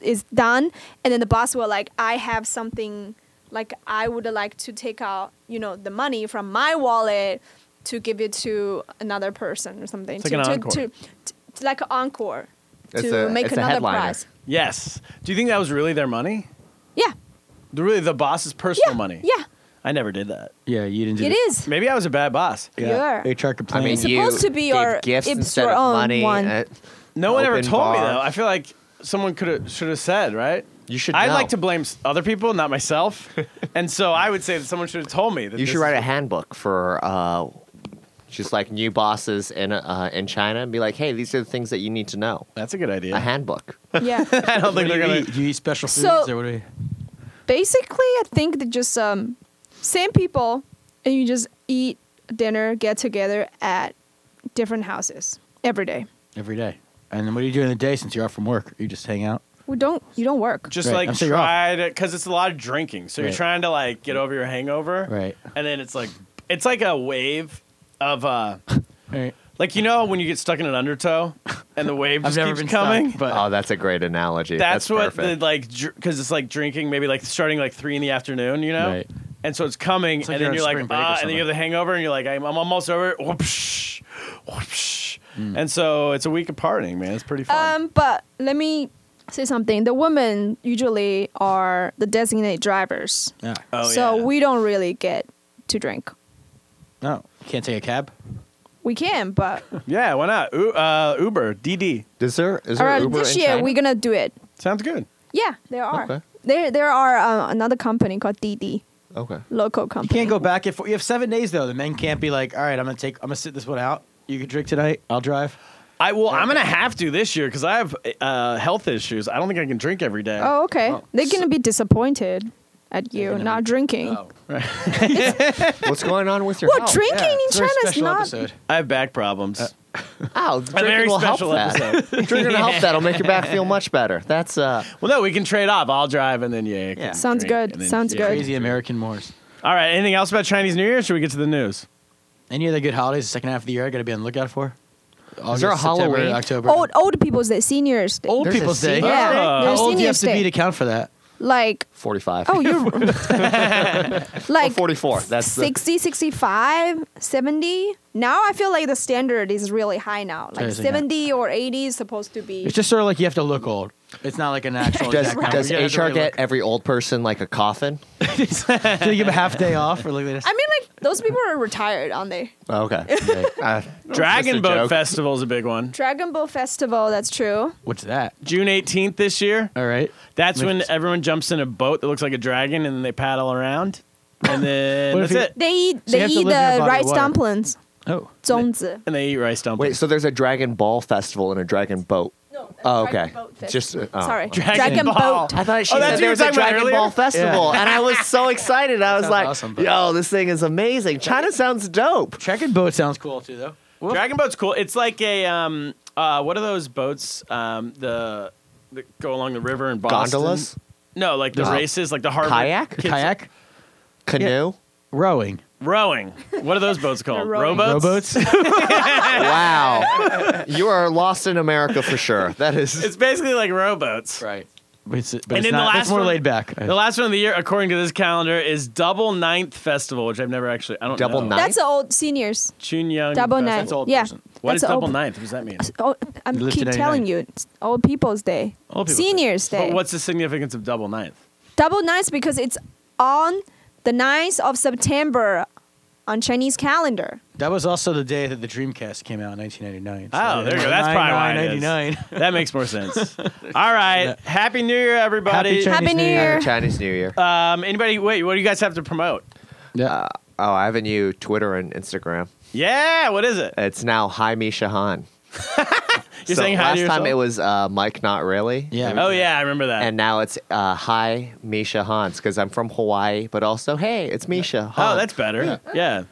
S5: is done, and then the boss will like, I have something, like I would like to take out, you know, the money from my wallet to give it to another person or something.
S1: It's like
S5: to,
S1: an
S5: to-
S1: encore.
S5: to- to- like an encore
S6: It's
S5: to
S6: a-
S5: make
S6: it's a
S5: another
S6: headliner.
S5: prize.
S1: Yes. Do you think that was really their money?
S5: Yeah,
S1: The- Really, the boss's personal
S5: yeah,
S1: money?
S5: yeah.
S1: I never did that.
S7: Yeah, you didn't do
S5: It
S7: the-
S5: is.
S1: Maybe I was a bad boss.
S7: Yeah.
S5: You're-
S7: HR complained.
S6: I mean,
S5: It's
S6: you
S5: supposed to be
S6: gave
S5: our-
S6: gifts
S5: it's
S6: instead
S5: your
S6: of
S5: own
S6: money.
S5: one.
S6: uh,
S1: No one ever
S6: Open
S1: told me
S6: bar.
S1: though. I feel like someone could have should have said, right?
S6: You should
S1: I
S6: know.
S1: like to blame s- other people, not
S6: [laughs]
S1: myself. and so I would say that someone should have told me that.
S6: you
S1: this
S6: should write a
S1: is-
S6: handbook for uh, just like new bosses in uh, in China, and be like, "Hey, these are the things that you need to know."
S1: That's a good idea.
S6: A handbook.
S5: yeah.
S1: [laughs] [laughs] I don't think
S7: do,
S1: they're
S7: you
S1: gonna.
S7: eat? do you eat special foods
S5: So-
S7: or what do you?
S5: basically i think that just um same people and you just eat dinner get together at different houses every day
S7: Every day. And then what do you do in the day since you're off from work? You just hang out?
S5: we don't you don't work
S1: Just
S7: Right,
S1: like
S7: I'm sure you're off.
S1: try to, because it's a lot of drinking. So
S7: Right.
S1: you're trying to like get over your hangover,
S7: Right.
S1: And then it's like it's like a wave of uh,
S7: Right.
S1: like you know when you get stuck in an undertow and the wave
S7: [laughs] I've
S1: just
S7: never
S1: keeps
S7: been stuck,
S1: coming.
S7: but-
S6: Oh, that's a great analogy.
S1: that's,
S6: That's,
S1: what
S6: perfect.
S1: the like because it's like drinking maybe like starting like three in the afternoon you know
S7: Right.
S1: and so it's coming and
S7: like you're
S1: then
S7: on
S1: you're
S7: spring
S1: like
S7: break or
S1: ah, and then you have the hangover and you're like i'm, I'm almost over it whoopsh, whoopsh.
S7: Mm.
S1: and so it's a week of partying man it's pretty fun
S5: um but let me say something the women usually are the designated drivers
S7: Yeah.
S1: oh,
S5: so
S1: yeah.
S5: we don't really get to drink
S7: No. Can't take a cab?
S5: we can but
S1: yeah why not U- uh, uber dd
S6: is there [laughs] is
S5: all
S6: there
S5: right
S6: Uber
S5: this
S6: in
S5: year
S6: China?
S5: we're gonna do it
S1: sounds good
S5: yeah there are
S6: Okay.
S5: there there are uh, another company called dd
S6: okay.
S5: local
S7: You
S5: company
S7: can't go back if you have seven days though. The men can't be like, all right, I'm gonna take, I'm gonna sit this one out. You can drink tonight. I'll drive.
S1: i well i'm gonna have to this year because i have uh, health issues i don't think i can drink every day
S5: Oh, okay. They're gonna be disappointed at you
S7: gonna Oh,
S5: not drinking.
S6: What's going on with your
S5: Well,
S6: health?
S5: drinking in
S7: It's a very
S5: China is
S7: special
S5: not.
S7: episode.
S1: i have back problems
S6: Oh,
S1: a very
S6: drinking will help
S1: special
S6: that.
S1: episode
S6: [laughs] drinking will help that'll make your back feel much better. That's uh
S1: well no we can trade off i'll drive and then yeah,
S7: Yeah.
S5: Sounds
S1: Drink and
S5: good.
S1: then-
S5: Sounds
S1: yeah.
S5: good.
S7: Crazy American Moors.
S1: all right anything else about chinese new year or should we get to the news
S7: Any other good holidays the second half of the year I gotta be on the lookout for? August,
S6: there a
S7: September,
S6: Halloween?
S7: October.
S5: Old old people's day, seniors. Day.
S7: Old
S6: There's a
S7: people's day.
S6: senior-
S5: Yeah,
S1: Oh.
S5: their
S7: How old do you have
S5: seniors
S7: to be to
S5: day.
S7: count for that?
S5: Like,
S6: 45.
S5: oh,
S7: [laughs]
S5: you're
S6: Or
S5: like
S6: 44. That's the-
S5: 60, 65, 70. Now I feel like the standard is really high now. Like
S7: Seriously, yeah.
S5: 70 or 80 is supposed to be.
S7: It's just sort of like you have to look old. It's not like a natural.
S6: Does,
S7: exact number.
S6: does
S7: You gotta
S6: HR
S7: really
S6: get every old person like a coffin?
S7: [laughs] look. Do you give a half day off or like they just
S5: I mean, like Those people are retired, aren't they?
S6: Oh, [laughs] Okay. Uh,
S1: Dragon
S6: just a
S1: Boat
S6: joke.
S1: Festival is a big one.
S5: Dragon Ball Festival, that's true.
S7: What's that?
S1: June 18th this year.
S7: All right.
S1: That's when everyone jumps in a boat that looks like a dragon and then they paddle around.
S6: [laughs]
S1: And then
S7: What if
S1: that's
S7: you-
S1: it.
S5: They eat
S7: you
S5: they
S7: have to
S5: eat
S7: live in a body
S5: the
S7: of
S5: rice
S7: water.
S5: dumplings.
S7: Oh.
S5: Zongzi.
S1: And they eat rice dumplings.
S6: Wait, so there's a Dragon Ball festival and a Dragon Boat.
S5: No,
S6: Oh, okay. Just uh, oh.
S5: Sorry.
S1: Dragon Ball.
S5: Boat.
S6: I thought she
S1: Oh, that's
S6: said
S1: what you
S6: there
S1: were
S6: was a
S1: talking about
S6: Dragon
S1: earlier?
S6: Ball festival, and I was so excited. I was
S7: sounds
S6: like,
S7: awesome, but-
S6: "Yo, this thing is amazing! China sounds dope."
S7: Dragon boat sounds cool too, though.
S1: Dragon boat's cool. It's like a um uh what are those boats um the that go along the river in Boston?
S6: Gondolas,
S1: No, like the
S6: No.
S1: races, like the Harvard
S6: Kayak?
S1: kids-
S7: Kayak,
S6: canoe.
S7: rowing,
S1: rowing. What are those boats
S5: [laughs]
S1: called?
S5: Rowing.
S1: Rowboats. [laughs]
S7: rowboats.
S6: [laughs] Wow, you are lost in America for sure. That is
S1: It's basically like rowboats.
S7: right. But it's, but
S1: And
S7: it's
S1: then the
S7: not,
S1: last
S7: it's more
S1: one-
S7: laid back.
S1: The last one of the year, according to this calendar, is Double Ninth Festival, which I've never actually I don't
S6: Double
S1: know.
S6: Ninth?
S5: That's the old seniors.
S1: Chunyang
S5: Double
S1: Festival.
S5: Ninth.
S1: That's old
S5: Yeah,
S1: person. What
S5: that's
S1: is
S5: old-
S1: Double Ninth? What does that mean?
S5: Oh, I'm
S7: live
S5: keep
S7: to
S5: telling
S7: 99.
S5: you, it's Old People's Day.
S1: Old People's Day.
S5: seniors Day.
S1: But what's the significance of Double
S5: [laughs]
S1: Ninth?
S5: Double ninth because it's on the 9th of September on Chinese calendar.
S7: That was also the day that the Dreamcast came out in 1999.
S1: Oh, there you go. That's probably why it is.
S7: 99.
S1: That makes more sense. All right. Happy New Year, everybody.
S7: Happy Chinese
S5: Happy New
S7: New Year.
S5: Year.
S6: Chinese
S1: [laughs]
S6: New Year.
S1: Um, anybody, wait, what do you guys have to promote?
S7: Yeah.
S6: oh, I have a new Twitter and Instagram.
S1: Yeah, what is it?
S6: It's now Hi Misha Han.
S1: You're saying hi
S6: last
S1: to yourself?
S6: time it was uh, Mike, not really.
S7: Yeah.
S1: oh, yeah, I remember that.
S6: And now it's uh, Hi Misha Hans because I'm from Hawaii, but also hey, it's Misha.
S1: oh,
S6: Han.
S1: that's better. Yeah.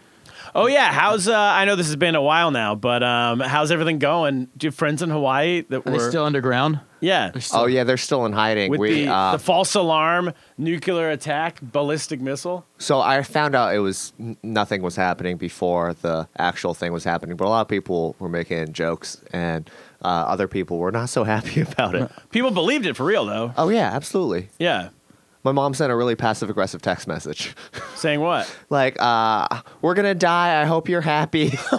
S1: Oh, yeah. How's, uh, I know this has been a while now, but um, how's everything going? Do you have friends in Hawaii that
S7: Are they
S1: were.
S7: still underground?
S1: yeah.
S6: oh yeah, they're still in hiding.
S1: With
S6: we
S1: the,
S6: uh,
S1: the false alarm, nuclear attack, ballistic missile.
S6: so I found out it was n- nothing was happening before the actual thing was happening, but a lot of people were making jokes and uh, other people were not so [laughs] happy about it.
S1: People believed it for real, though.
S6: oh yeah, absolutely.
S1: Yeah.
S6: My mom sent a really passive aggressive text message.
S1: Saying what?
S6: like, uh, we're gonna die. I hope you're happy. [laughs]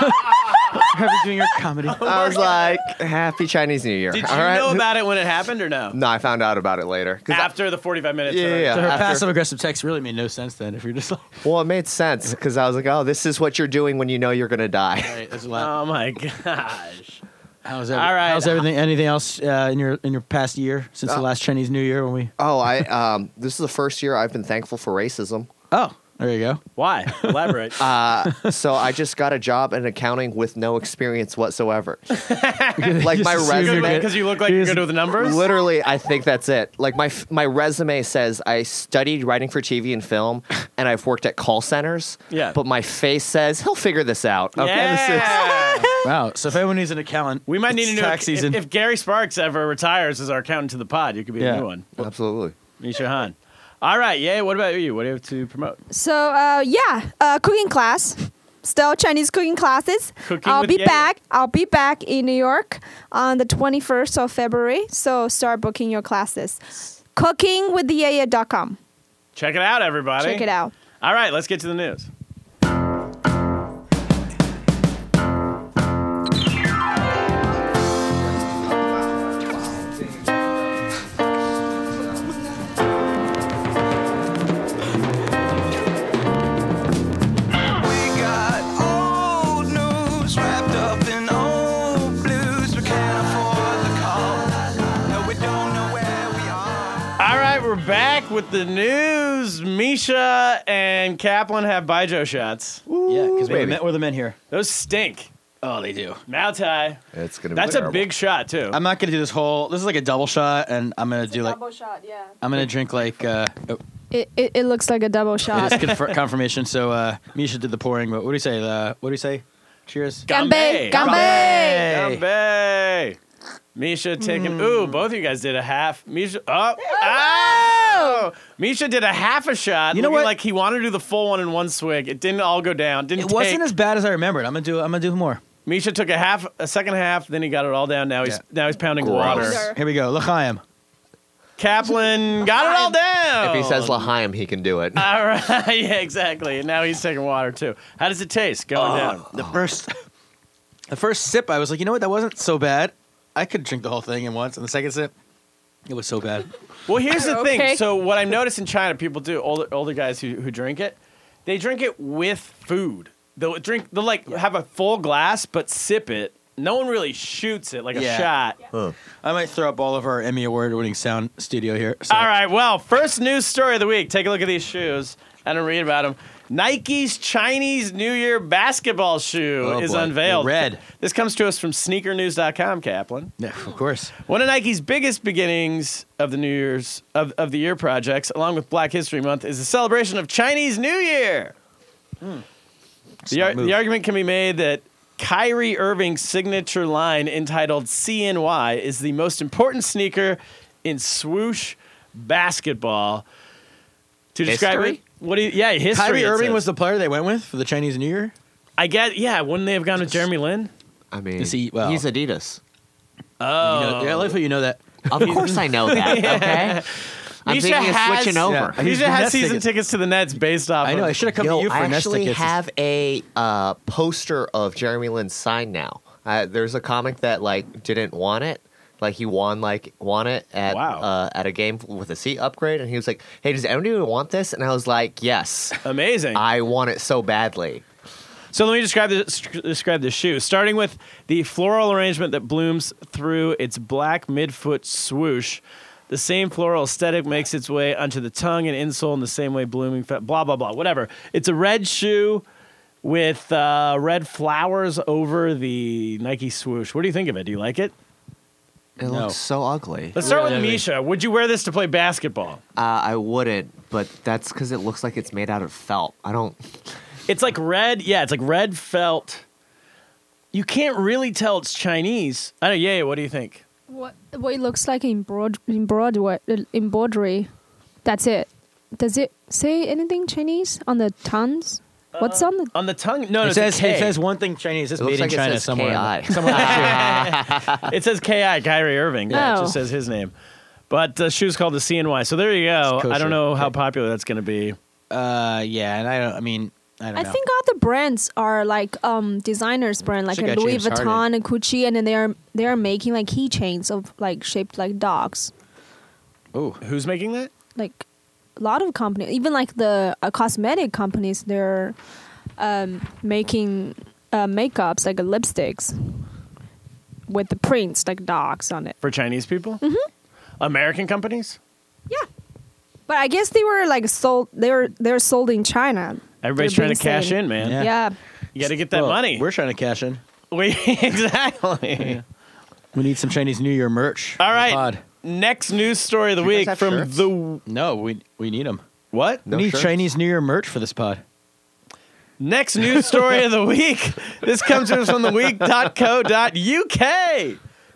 S7: Are they doing your comedy? [laughs]
S6: I
S1: [laughs]
S6: was like, Happy Chinese New Year.
S1: Did you
S6: all right? [laughs]
S1: know about it when it happened or no?
S6: No, I found out about it later. 'Cause I-
S1: After the 45 minutes.
S6: yeah, yeah, yeah.
S7: So her
S6: After-
S7: passive aggressive text really made no sense then. If you're just like,
S6: Well, it made sense because I was like, oh, this is what you're doing when you know you're going to die. [laughs]
S7: hey, that's a lot.
S1: Oh, my [laughs] gosh.
S7: how's, every,
S1: all right.
S7: how's everything? Anything else uh, in your in your past year since the last Chinese New Year when we?
S6: Oh, I um, this is the first year I've been thankful for racism.
S7: Oh, there you go.
S1: Why? Elaborate.
S6: Uh, so I just got a job in accounting with no
S1: [laughs]
S6: experience whatsoever. like my
S7: Just assume you're
S6: resume,
S1: Because you look like you're good with numbers.
S6: literally, I think that's it. Like my f- my resume says I studied writing for TV
S1: [laughs]
S6: and film, and I've worked at call centers.
S1: Yeah.
S6: but my face says he'll figure this out. Okay, this is.
S1: Yeah.
S7: Wow. So if anyone needs an accountant,
S1: we might need
S7: it's
S1: to know
S7: tax
S1: if,
S7: season.
S1: if Gary Sparks ever retires as our accountant to the pod. You could be a
S7: Yeah.
S1: new one,
S6: Absolutely.
S1: Misha Han. All right, yeah. What about you? What do you have to promote?
S5: So uh, yeah, uh, cooking class. Still Chinese cooking classes.
S1: Cooking
S5: I'll
S1: with
S5: be
S1: Yaya.
S5: back. I'll be back in New York on the 21st of February. So start booking your classes. Cookingwiththeyaya.com.
S1: Check it out, everybody.
S5: Check it out.
S1: All right, let's get to the news.
S3: We got old news wrapped up in old blues. We can't afford the call. No, we don't know where we are.
S1: All right, we're back with the news. Misha and Kaplan have Baijo shots.
S7: yeah,
S6: Ooh,
S7: because we're, the
S6: baby.
S7: men- we're the men here.
S1: Those stink.
S7: Oh, they do.
S1: Mao Tai.
S6: It's gonna.
S1: That's
S6: be
S1: a
S6: terrible.
S1: big shot too.
S7: I'm not gonna do this whole. This is like a double shot, and I'm gonna do like
S5: shot, yeah.
S7: I'm gonna drink like uh, oh,
S5: It, it, it looks like a double
S7: it
S5: [laughs] shot.
S7: is [laughs] confir- confirmation. So uh, Misha did the pouring, but what do you say? Uh, what do you say? Cheers.
S1: Ganbei.
S5: Ganbei. Ganbei.
S1: Ganbei. Misha taking.
S7: Hmm.
S1: Ooh, both of you guys did a half. Misha. Oh. Oh. Misha did a half a shot.
S7: You know
S1: looking
S7: what?
S1: Like he wanted to do the full one in one swig. It didn't all go down. Didn't
S7: It
S1: take.
S7: wasn't as bad as I remembered. I'm gonna do. I'm gonna do more.
S1: Misha took a half, a second half. Then he got it all down. Now he's
S7: Yeah.
S1: now he's pounding
S6: Gross.
S1: water.
S5: Loser.
S7: Here we go. L'chaim. [laughs]
S1: Kaplan got it all down.
S6: If he
S1: Oh.
S6: says Lahaim, he can do it.
S1: All right. [laughs] Yeah. Exactly. And now he's taking water too. How does it taste going down?
S7: The first, the first sip, I was like, you know what? That wasn't so bad. I could drink the whole thing in once. And the second sip, it was so bad.
S1: Well, here's the thing.
S5: Okay.
S1: So what I've noticed in China, people do older older guys who who drink it. They drink it with food. They'll drink. They'll like have a full glass, but sip it. No one really shoots it like
S7: Yeah.
S1: a shot.
S7: I might throw up all of our Emmy award winning sound studio here. so-
S1: All right. Well, first news story of the week. Take a look at these shoes. I don't read about them. Nike's Chinese New Year basketball shoe
S7: Oh,
S1: is
S7: boy.
S1: unveiled.
S7: Red.
S1: This comes to us from sneakernews.com, Kaplan.
S7: Yeah, of course.
S1: One of Nike's biggest beginnings of the New Year's of, of the year projects, along with Black History Month, is the celebration of Chinese New Year. The, ar-
S7: move.
S1: the argument can be made that Kyrie Irving's signature line entitled CNY is the most important sneaker in swoosh basketball. To describe
S6: History?
S1: it, what do you, yeah, history.
S7: Kyrie
S1: it
S7: Irving
S1: says.
S7: was the player they went with for the Chinese New Year.
S1: I guess, yeah, wouldn't they have gone with Jeremy Lin?
S6: I mean,
S7: Is he- well-
S6: he's Adidas.
S1: Oh,
S7: You know, yeah, I love how you know that.
S6: Of course, I know
S1: [laughs]
S6: that. Okay, I'm
S1: Misha
S6: thinking of
S1: has-
S6: switching over.
S7: Yeah.
S1: He
S7: He's
S1: just has
S7: Nets
S1: season
S7: tickets.
S1: tickets to the Nets based off.
S7: I know.
S1: of-
S7: I should have Oh, come
S6: Yo,
S7: to you for
S6: I
S7: Nets
S6: actually
S7: tickets.
S6: have a uh, poster of Jeremy Lin signed now. Uh, there's a comic that like didn't want it. Like he won, like won it at
S1: Wow.
S6: uh, at a game with a seat upgrade, and he was like, "Hey, does anyone want this?" And I was like, "Yes,
S1: Amazing.
S6: I want it so badly."
S1: So let me describe the sc- describe the shoe. Starting with the floral arrangement that blooms through its black midfoot swoosh. The same floral aesthetic makes its way onto the tongue and insole in the same way blooming fe- blah blah blah whatever. It's a red shoe with uh, red flowers over the Nike swoosh. What do you think of it? Do you like it?
S6: It looks so ugly.
S1: Let's start
S7: Yeah, I
S1: with
S7: mean-
S1: Misha. Would you wear this to play basketball?
S6: Uh, I wouldn't, but that's because it looks like it's made out of felt. I don't.
S1: It's like red. Yeah, it's like red felt. You can't really tell it's Chinese. I don't. Yeah. yeah, What do you think?
S5: What what it looks like in broad in Broadway embroidery, that's it. Does it say anything Chinese on the tons? What's
S7: Uh,
S5: on the
S1: On the tongue? No, no,
S7: It
S1: it's a
S7: says, it
S1: K.
S7: says one thing Chinese. It's
S6: It looks
S7: made in
S6: like it
S7: China
S6: says
S7: somewhere.
S6: KI. [laughs]
S1: It says Ki Kyrie Irving. Yeah, it
S5: Oh.
S1: just says his name. But the shoe's called the CNY. So there you go.
S7: It's kosher.
S1: I don't know how popular that's going to be.
S7: Uh, yeah, and I don't. I mean, I don't
S5: I
S7: know.
S5: think all the brands are like um designers brand like
S7: Should
S5: a
S7: get
S5: Louis
S7: James Harden.
S5: Vuitton and Gucci and then they are they are making like keychains of like shaped like dogs.
S7: Ooh.
S1: Who's making that?
S5: Like a lot of companies, even like the uh, cosmetic companies they're um making uh, makeups like lipsticks with the prints like dogs on it.
S1: For Chinese people? Mm-hmm. American companies?
S5: But I guess they were like sold. They were they're sold in China.
S1: Everybody's
S5: They're
S1: trying to
S5: being
S1: cash
S5: sane.
S1: in, man.
S7: Yeah.
S5: Yeah.
S1: You got to get that
S7: Well,
S1: money.
S7: We're trying to cash in.
S1: [laughs] We- [laughs] exactly.
S7: We need some Chinese New Year merch.
S1: All
S7: on the
S1: right.
S7: pod.
S1: Next news story of the
S6: Do you guys
S1: week
S6: have
S1: from
S6: shirts?
S1: the.
S7: No, we we need them.
S1: What?
S6: No
S7: we need
S6: shirts?
S7: Chinese New Year merch for this pod.
S1: Next news story of the week. This comes to us from theweek.co.uk.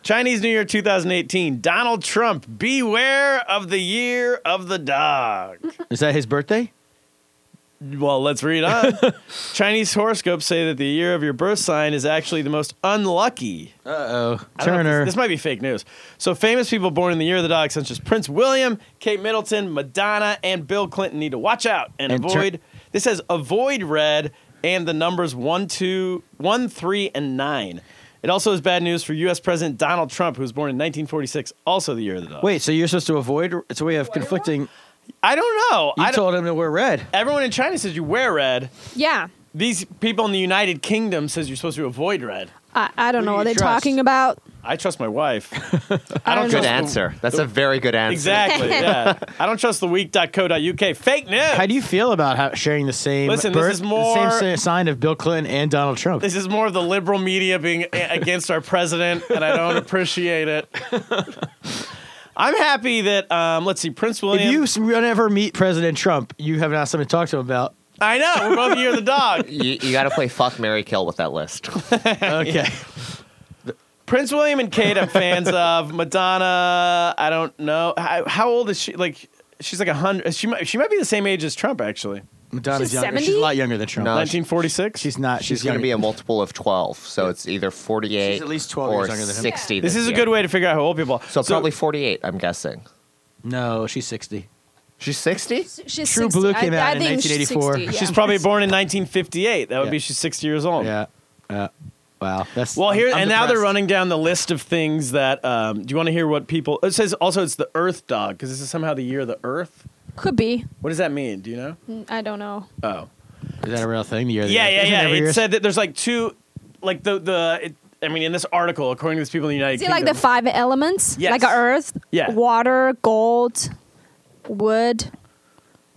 S1: Chinese New Year 2018. Donald Trump, beware of the year of the dog.
S7: Is that his birthday?
S1: Well, let's read on. Chinese horoscopes say that the year of your birth sign is actually the most unlucky.
S7: Uh
S1: I don't
S7: oh.
S1: know if
S7: Turner.
S1: This, this might be fake news. So, famous people born in the year of the dog, such as Prince William, Kate Middleton, Madonna, and Bill Clinton, need to watch out and,
S7: And tur-
S1: avoid. this says avoid red and the numbers one, two, one, three, and nine. It also is bad news for U.S. President Donald Trump, who was born in 1946, also the year of the dog.
S7: Wait, so you're supposed to avoid? It's a way of conflicting. You
S1: I don't know. I don't,
S7: told him to wear red.
S1: everyone in China says you wear red.
S5: Yeah.
S1: These people in the United Kingdom says you're supposed to avoid red.
S5: I, I don't
S7: Who
S5: know
S7: do
S5: what they're
S7: you trust?
S5: talking about.
S1: I trust my
S7: [laughs]
S1: wife.
S5: I don't,
S6: Good
S5: know.
S6: answer. That's a very good answer.
S1: exactly.
S7: [laughs]
S1: Yeah. I don't trust the week.co.uk. Fake news.
S7: How do you feel about how, sharing the same
S1: Listen, this
S7: birth,
S1: is
S7: the
S1: more-
S7: same si- sign of Bill Clinton and Donald Trump?
S1: This is more of the liberal media being a- against our president, and I don't appreciate
S7: [laughs]
S1: it. I'm happy that um, let's see, Prince
S7: if
S1: William.
S7: you s- ever meet President Trump, you have not something to talk to
S1: [laughs]
S7: him about.
S1: I know we're both year the
S7: [laughs]
S1: dog.
S6: You, you got to play fuck, Mary kill with that list.
S7: Okay.
S1: Prince William and Kate, I'm fans of Madonna. I don't know how, how old is she. Like she's like a hundred. She might she might be the same age as Trump actually.
S7: Madonna's
S5: She's
S7: younger.
S5: 70?
S7: She's a lot younger than Trump.
S6: No,
S1: 1946.
S7: Uh, she's
S6: Uh,
S7: not. She's,
S6: She's going to
S7: younger.
S6: be a multiple of 12, so it's either 48
S7: She's at least 12
S6: or
S7: years younger than him.
S6: 60.
S1: this is a
S6: year.
S1: good way to figure out how old people. are.
S6: So, probably 48, I'm guessing.
S7: No, she's 60.
S6: She's 60?
S5: She's
S7: True
S5: 60.
S7: Blue came
S5: I,
S7: out
S5: I
S7: in
S5: think she's
S7: 1984.
S5: 60, yeah.
S1: she's probably born in 1958. That would
S7: Yeah.
S1: be she's 60 years old.
S7: Yeah. Uh, wow. That's
S1: Well, here
S7: I'm- I'm
S1: and now they're
S7: depressed.
S1: running down the list of things that. Um, do you want to hear what people? It says also it's the Earth Dog because this is somehow the year of the Earth.
S5: could be.
S1: What does that mean? Do you know?
S5: Mm, I don't know.
S1: Oh,
S7: Is that a real thing? The year of the
S1: Yeah,
S7: earth?
S1: yeah,
S7: Isn't
S1: yeah.
S7: every
S1: It
S7: year?
S1: said that there's like two, like the the. It, I mean, in this article, according to these people in the United
S5: Is it
S1: Kingdom,
S5: like the five elements?
S1: Yes.
S5: Like earth,
S1: Yeah.
S5: water, gold, wood,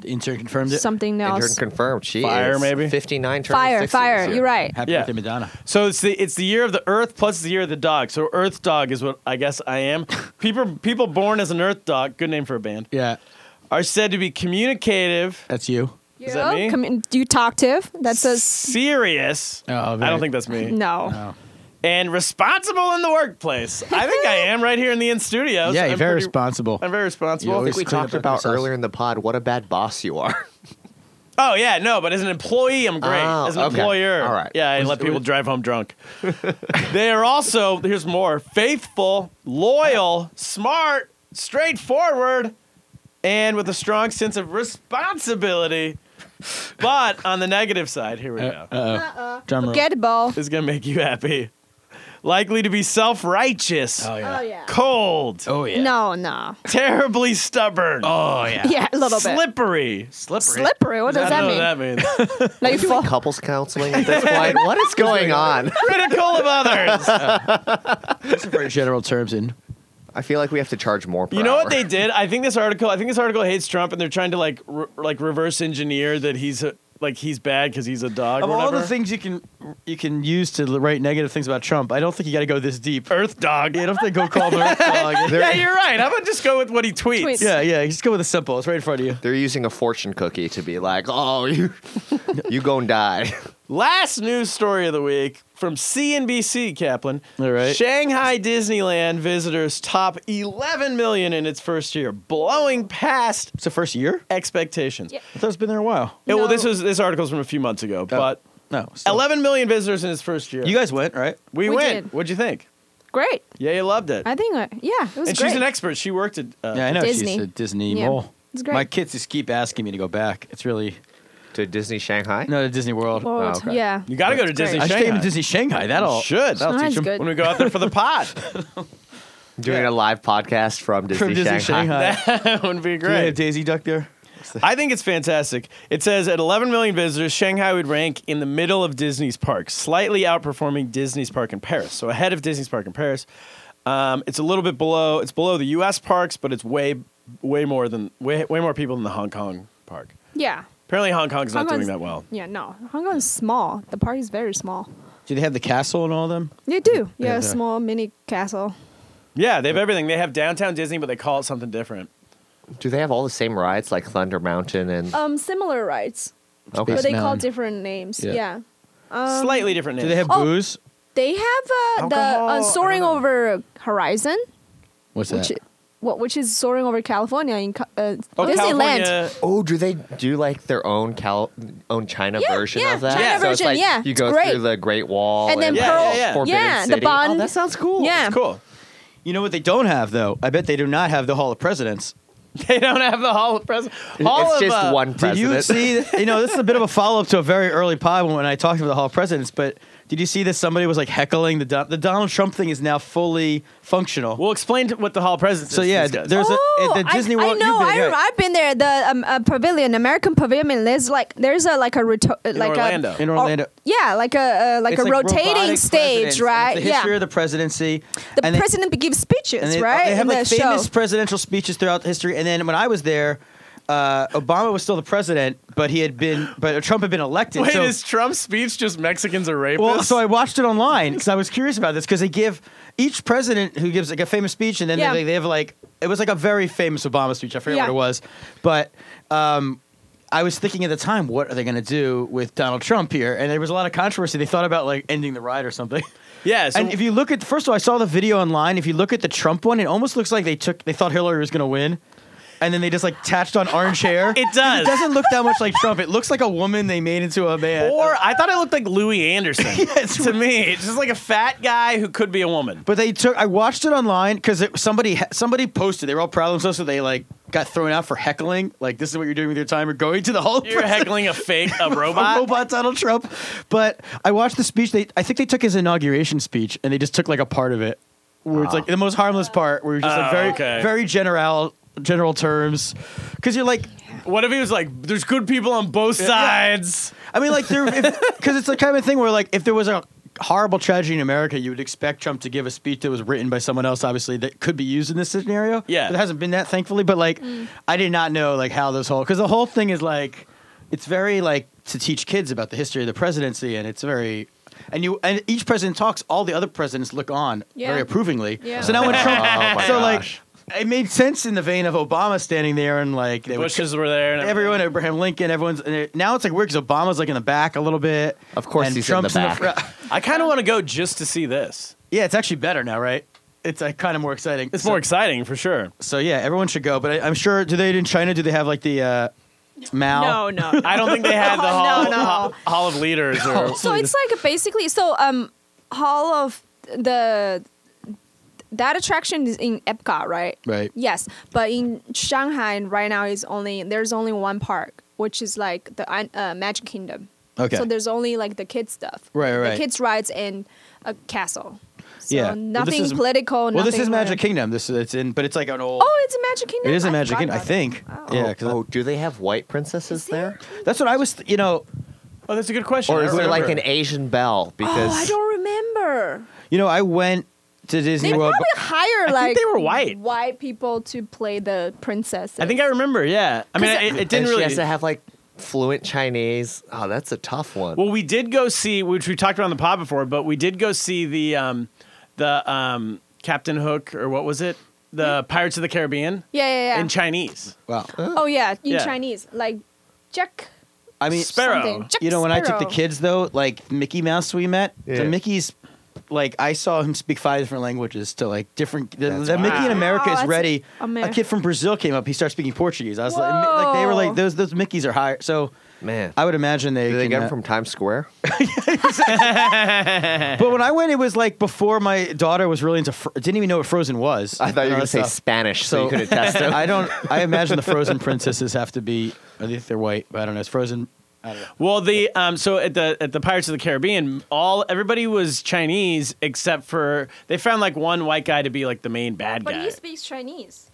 S7: Intern confirmed it.
S5: something
S6: Intern
S5: else.
S6: confirmed. She
S1: Fire,
S6: is
S1: maybe?
S6: 59 turning
S5: Fire,
S6: 60 this
S5: fire.
S6: year.
S5: You're right.
S7: Happy
S1: Yeah.
S7: birthday, Madonna.
S1: So it's the it's the year of the Earth plus the year of the dog. So Earth dog is what I guess I
S5: [laughs]
S1: am. People people born as an Earth dog, good name for a band,
S7: Yeah,
S1: are said to be communicative,
S7: that's you.
S5: You're
S1: that me?
S5: commu- do you talk to? That's a s-
S1: serious.
S7: Oh,
S1: I
S7: very-
S1: don't think that's
S7: [laughs]
S1: me.
S5: no.
S1: And responsible in the workplace. I think I am right here in the in studios.
S7: yeah,
S1: I'm
S7: you're very
S1: pretty-
S7: responsible.
S1: I'm very
S7: You
S1: responsible.
S7: always-
S6: I think we
S7: Clean up
S6: talked
S7: after
S6: about
S7: yourself.
S6: earlier in the pod what a bad boss
S5: [laughs]
S6: you are.
S1: Oh yeah, no, but as an employee, I'm great.
S7: Ah,
S6: Oh,
S1: as an
S6: okay.
S1: employer,
S6: All right.
S1: Yeah, I let people drive home
S7: [laughs]
S1: drunk. they are also here's more faithful, loyal, smart, straightforward, and with a strong sense of responsibility. But on the negative side, here we
S7: Uh,
S1: go.
S7: Drum roll.
S5: Get the ball.
S1: This is gonna make you happy. Likely to be self-righteous,
S7: Oh yeah.
S5: Oh yeah.
S1: cold,
S7: Oh yeah.
S5: No, no.
S1: terribly stubborn,
S7: Oh yeah.
S5: [laughs] Yeah, a little bit.
S1: slippery.
S5: Slippery. What does
S1: I
S5: that
S1: don't
S5: mean?
S1: know what that means.
S5: Like you fall.
S6: Couples
S5: [laughs]
S6: counseling at this point. What is going on?
S1: Critical of others.
S7: [laughs] Very general terms in.
S6: I feel like we have to charge more. Per
S1: You know
S6: hour.
S1: what they did? I think this article. I think this article hates Trump, and they're trying to like re- like reverse engineer that he's a, like he's bad because he's a dog.
S7: Of
S1: or
S7: all
S1: whatever.
S7: the things you can you can use to write negative things about Trump, I don't think you got to go this deep.
S1: Earth dog.
S7: I don't think go call
S1: [laughs]
S7: the
S6: [laughs]
S7: dog.
S1: yeah, you're right. How about just go with what he tweets?
S5: Tweets.
S7: Yeah, yeah. Just go with the simple. It's right in front of you.
S6: They're using a fortune cookie to be like, oh, [laughs] you, you gonna die. [laughs]
S1: Last news story of the week from CNBC. Kaplan.
S7: All right.
S1: Shanghai Disneyland visitors top 11 million in its first year, blowing past
S7: It's the first year.
S1: expectations.
S5: Yeah.
S7: I thought it's been there a while.
S1: Yeah, Well, this
S5: No.
S1: was this article's from a few months ago, but
S7: No. still.
S1: 11 million visitors in its first year.
S7: You guys went right.
S1: we,
S5: We
S1: went.
S5: did.
S1: What'd you think?
S5: Great.
S1: Yeah, you loved it.
S5: I think. uh, Yeah, it was
S1: and
S5: great.
S1: she's an expert. She worked at. Uh,
S7: Yeah, I know
S5: Disney.
S7: she's a Disney
S5: Yeah.
S7: mole.
S5: It's great.
S7: My kids just keep asking me to go back. It's really
S6: to Disney Shanghai?
S7: no to Disney World.
S5: World.
S6: okay.
S5: Yeah.
S1: Oh, You got to go to Disney
S7: I should take
S1: Shanghai.
S7: them to Disney Shanghai. That'll
S1: should.
S7: That'll
S5: That's
S7: teach them.
S5: good.
S1: when we go out there
S7: [laughs]
S1: for the pot.
S6: Doing a live podcast from Disney,
S7: From Disney
S6: Shanghai.
S7: Shanghai.
S1: that would be
S7: Do they have
S1: great.
S7: Daisy Duck there?
S1: I think it's fantastic. It says at 11 million visitors, Shanghai would rank in the middle of Disney's park, slightly outperforming Disney's park in Paris. So ahead of Disney's park in Paris. Um, it's a little bit below. It's below the U.S. parks, but it's way, way more than way, way more people than the Hong Kong park.
S5: Yeah.
S1: Apparently, Hong Kong's
S5: Hong
S1: not doing
S5: Kong's-
S1: that well.
S5: Yeah. No, Hong Kong is small. The park is very small.
S7: Do they have the castle and all of them?
S5: They do. Yeah,
S7: Yeah,
S5: a
S7: the-
S5: small mini castle.
S1: Yeah, they have everything. They have downtown Disney, but they call it something different.
S6: Do they have all the same rides like Thunder Mountain and?
S5: Um, similar rides,
S6: okay.
S5: but they call
S7: Mountain.
S5: different names.
S7: Yeah.
S5: Yeah.
S1: Slightly different.
S7: Do
S1: Names.
S7: they have
S5: Oh.
S7: booze?
S5: They have uh, the
S1: Alcohol, I
S5: uh,
S1: don't
S5: soaring
S1: know.
S5: over horizon,
S7: What's
S5: which
S7: that?
S5: what which is soaring over California in Ca- uh,
S1: Oh,
S5: Disneyland.
S1: California-
S6: Oh, do they do like their own Cal, own China
S5: Yeah,
S6: version
S5: yeah,
S6: of that?
S5: China
S1: Yeah.
S6: So it's
S5: version,
S6: like
S5: yeah,
S6: you
S5: it's
S6: go
S5: great.
S6: through the Great Wall
S5: And then
S1: Yeah,
S5: Pearl,
S1: yeah, yeah.
S6: Forbidden
S5: yeah,
S6: City.
S5: the Bond.
S6: Oh, that sounds cool.
S5: Yeah,
S1: It's cool.
S7: You know what they don't have though? I bet they do not have the Hall of [laughs] Presidents.
S1: They don't have the Hall of Presidents. All
S6: it's
S1: of,
S6: just
S1: uh,
S6: one president.
S7: Did you see? You know, this is a bit of a follow up to a very early pod when I talked about the Hall of Presidents. But did you see that somebody was like heckling the Don- the Donald Trump thing is now fully functional?
S1: We'll explain to- what the Hall of Presidents.
S7: so
S1: is to
S7: yeah,
S1: these guys.
S7: there's
S5: oh,
S7: a at the Disney
S5: I,
S7: World.
S5: I know.
S7: you've been,
S5: I
S7: yeah.
S5: remember, I've been there. The um, uh, pavilion, American pavilion. There's like there's a like a reto- uh, like
S1: Orlando.
S5: a
S7: in Orlando.
S5: yeah, like a uh, like
S7: It's
S5: a rotating
S7: robotic presidents,
S5: stage,
S7: and
S5: right?
S7: It's the
S5: yeah,
S7: history of the presidency.
S5: the
S7: and they-
S5: president gives speeches,
S7: and they,
S5: right?
S7: They have
S5: in
S7: like
S5: the
S7: famous
S5: show.
S7: presidential speeches throughout history. And then when I was there, uh, Obama was still the president, but he had been, but Trump had been elected.
S1: Wait,
S7: [laughs] so,
S1: is Trump's speech just Mexicans are rapists?
S7: well, so I watched it online because I was curious about this because they give each president who gives like a famous speech, and then
S5: Yeah.
S7: they, they have like it was like a very famous Obama speech. I forget
S5: Yeah.
S7: what it was, but. Um, I was thinking at the time, what are they going to do with Donald Trump here? And there was a lot of controversy. They thought about like ending the ride or something. [laughs]
S1: yeah. So
S7: and if you look at first of all, I saw the video online. If you look at the Trump one, it almost looks like they took they thought Hillary was gonna win, and then they just like tatched on orange hair.
S1: [laughs] it does.
S7: It [laughs] doesn't look that much like Trump. It looks like a woman they made into a man.
S1: Or I thought it looked like Louis
S7: [laughs]
S1: Anderson. to me, it's just like a fat guy who could be a woman.
S7: but they took. I watched it online because somebody ha- somebody posted. They were all proud of themselves, so they like got thrown out for heckling. Like this is what you're doing with your time. You're going to the Hall. of
S1: You're
S7: Presidents."
S1: heckling a fake a
S7: [laughs] A
S1: robot.
S7: robot Donald Trump. But I watched the speech. They, I think they took his inauguration speech and they just took like a part of it, where it's like the most harmless part, where you're just
S1: Oh,
S7: like very,
S1: okay.
S7: very general, general terms, because you're like,
S1: What if he was like, "There's good people on both sides."
S7: I mean, like, there, [laughs] because it's the kind of thing where, like, if there was a horrible tragedy in America, you would expect Trump to give a speech that was written by someone else, obviously, that could be used in this scenario.
S1: Yeah.
S7: But it hasn't been that, thankfully. But, like,
S5: Mm.
S7: I did not know, like, how this whole, because the whole thing is, like, it's very, like, to teach kids about the history of the presidency, and it's very, and you, and each president talks, all the other presidents look on
S5: Yeah.
S7: very approvingly.
S5: Yeah.
S7: So now
S5: [laughs]
S7: when Trump,
S6: Oh my
S7: [laughs]
S6: gosh.
S7: so, like, it made sense in the vein of Obama standing there and, like, they would
S1: Bushes were there. And
S7: everyone, Abraham Lincoln, everyone's and it- now it's like weird because Obama's like in the back a little bit.
S6: Of course
S7: and
S6: he's in the
S7: Trump's
S6: back.
S7: front. [laughs]
S1: I kind of want to go just to see this.
S7: yeah, it's actually better now, right? It's like kind of more exciting.
S1: It's
S7: so,
S1: more exciting for sure.
S7: So yeah, everyone should go. But I, I'm sure do they in China? Do they have like the uh, Mao?
S5: No, no. no.
S1: [laughs] I don't think they had the
S5: [laughs] No,
S1: Hall,
S5: no.
S1: Hall- Hall of Leaders. Or,
S5: so it's like basically so um hall of the that attraction is in Epcot, right?
S7: Right.
S5: Yes, but in Shanghai right now is only there's only one park, which is like the uh, Magic Kingdom.
S7: Okay.
S5: So there's only like the kids stuff.
S7: Right, right,
S5: The
S7: right.
S5: kids rides and a castle. So
S7: Yeah. Well, this
S5: Nothing
S7: is-
S5: political.
S7: well, this
S5: nothing
S7: is Magic
S5: like-
S7: Kingdom. This it's in, but it's like an old.
S5: Oh, it's a Magic Kingdom.
S7: it is a
S5: I
S7: Magic
S5: forgot
S7: Kingdom, I
S5: about
S7: think.
S5: that.
S7: Yeah, 'cause
S6: Oh, do they have white princesses there?
S5: Oh,
S7: that's what I was. You know,
S1: [laughs] oh, that's a good question.
S6: Or
S1: I
S6: is there like an
S1: remember.
S6: Asian belle? Because
S5: Oh, I don't remember.
S7: you know, I went to Disney
S5: They
S7: World.
S5: probably hire like
S1: they were white.
S5: white people to play the princess.
S1: I think I remember. Yeah. I mean,
S5: 'Cause
S1: it, it
S6: and
S1: didn't
S6: she
S1: really.
S6: has to have like fluent Chinese. Oh, that's a tough one.
S1: Well, we did go see, which we talked about on the pod before, but we did go see the um, the um, Captain Hook or what was it? The Pirates of the Caribbean
S5: Yeah, Hmm? yeah, yeah.
S1: in Chinese.
S7: wow.
S5: Oh yeah, in
S1: Yeah.
S5: Chinese, like Jack.
S7: I mean,
S1: Sparrow.
S5: something. Jack
S7: you know, when I took the
S5: Sparrow.
S7: kids though, like Mickey Mouse we met,
S6: Yeah.
S7: so Mickey's like I saw him speak five different languages to like different. The,
S6: That's
S7: the Mickey in
S5: wow.
S7: America
S5: Wow,
S7: is
S5: Oh, that's
S7: ready.
S5: Amer-
S7: A kid from Brazil came up. He started speaking Portuguese. I was like, mi- like they were like
S5: Whoa.
S7: those those Mickeys are higher. So
S6: man,
S7: I would imagine they.
S6: do they
S7: can,
S6: get
S7: uh,
S6: them from
S1: [laughs]
S6: Times Square?
S7: But when I went, it was like before my daughter was really into. Fro- didn't even know what Frozen was.
S6: I thought you were
S7: And all
S6: gonna
S7: that
S6: say
S7: stuff.
S6: Spanish, so, you
S7: So-
S6: could
S1: [laughs]
S6: attest to.
S7: I don't. I imagine the Frozen princesses have to be. I think they're white, but I don't know. It's Frozen. I don't know.
S1: Well, the um, so at the at the Pirates of the Caribbean, all everybody was Chinese except for they found like one white guy to be like the main bad
S5: But
S1: guy.
S5: he speaks Chinese.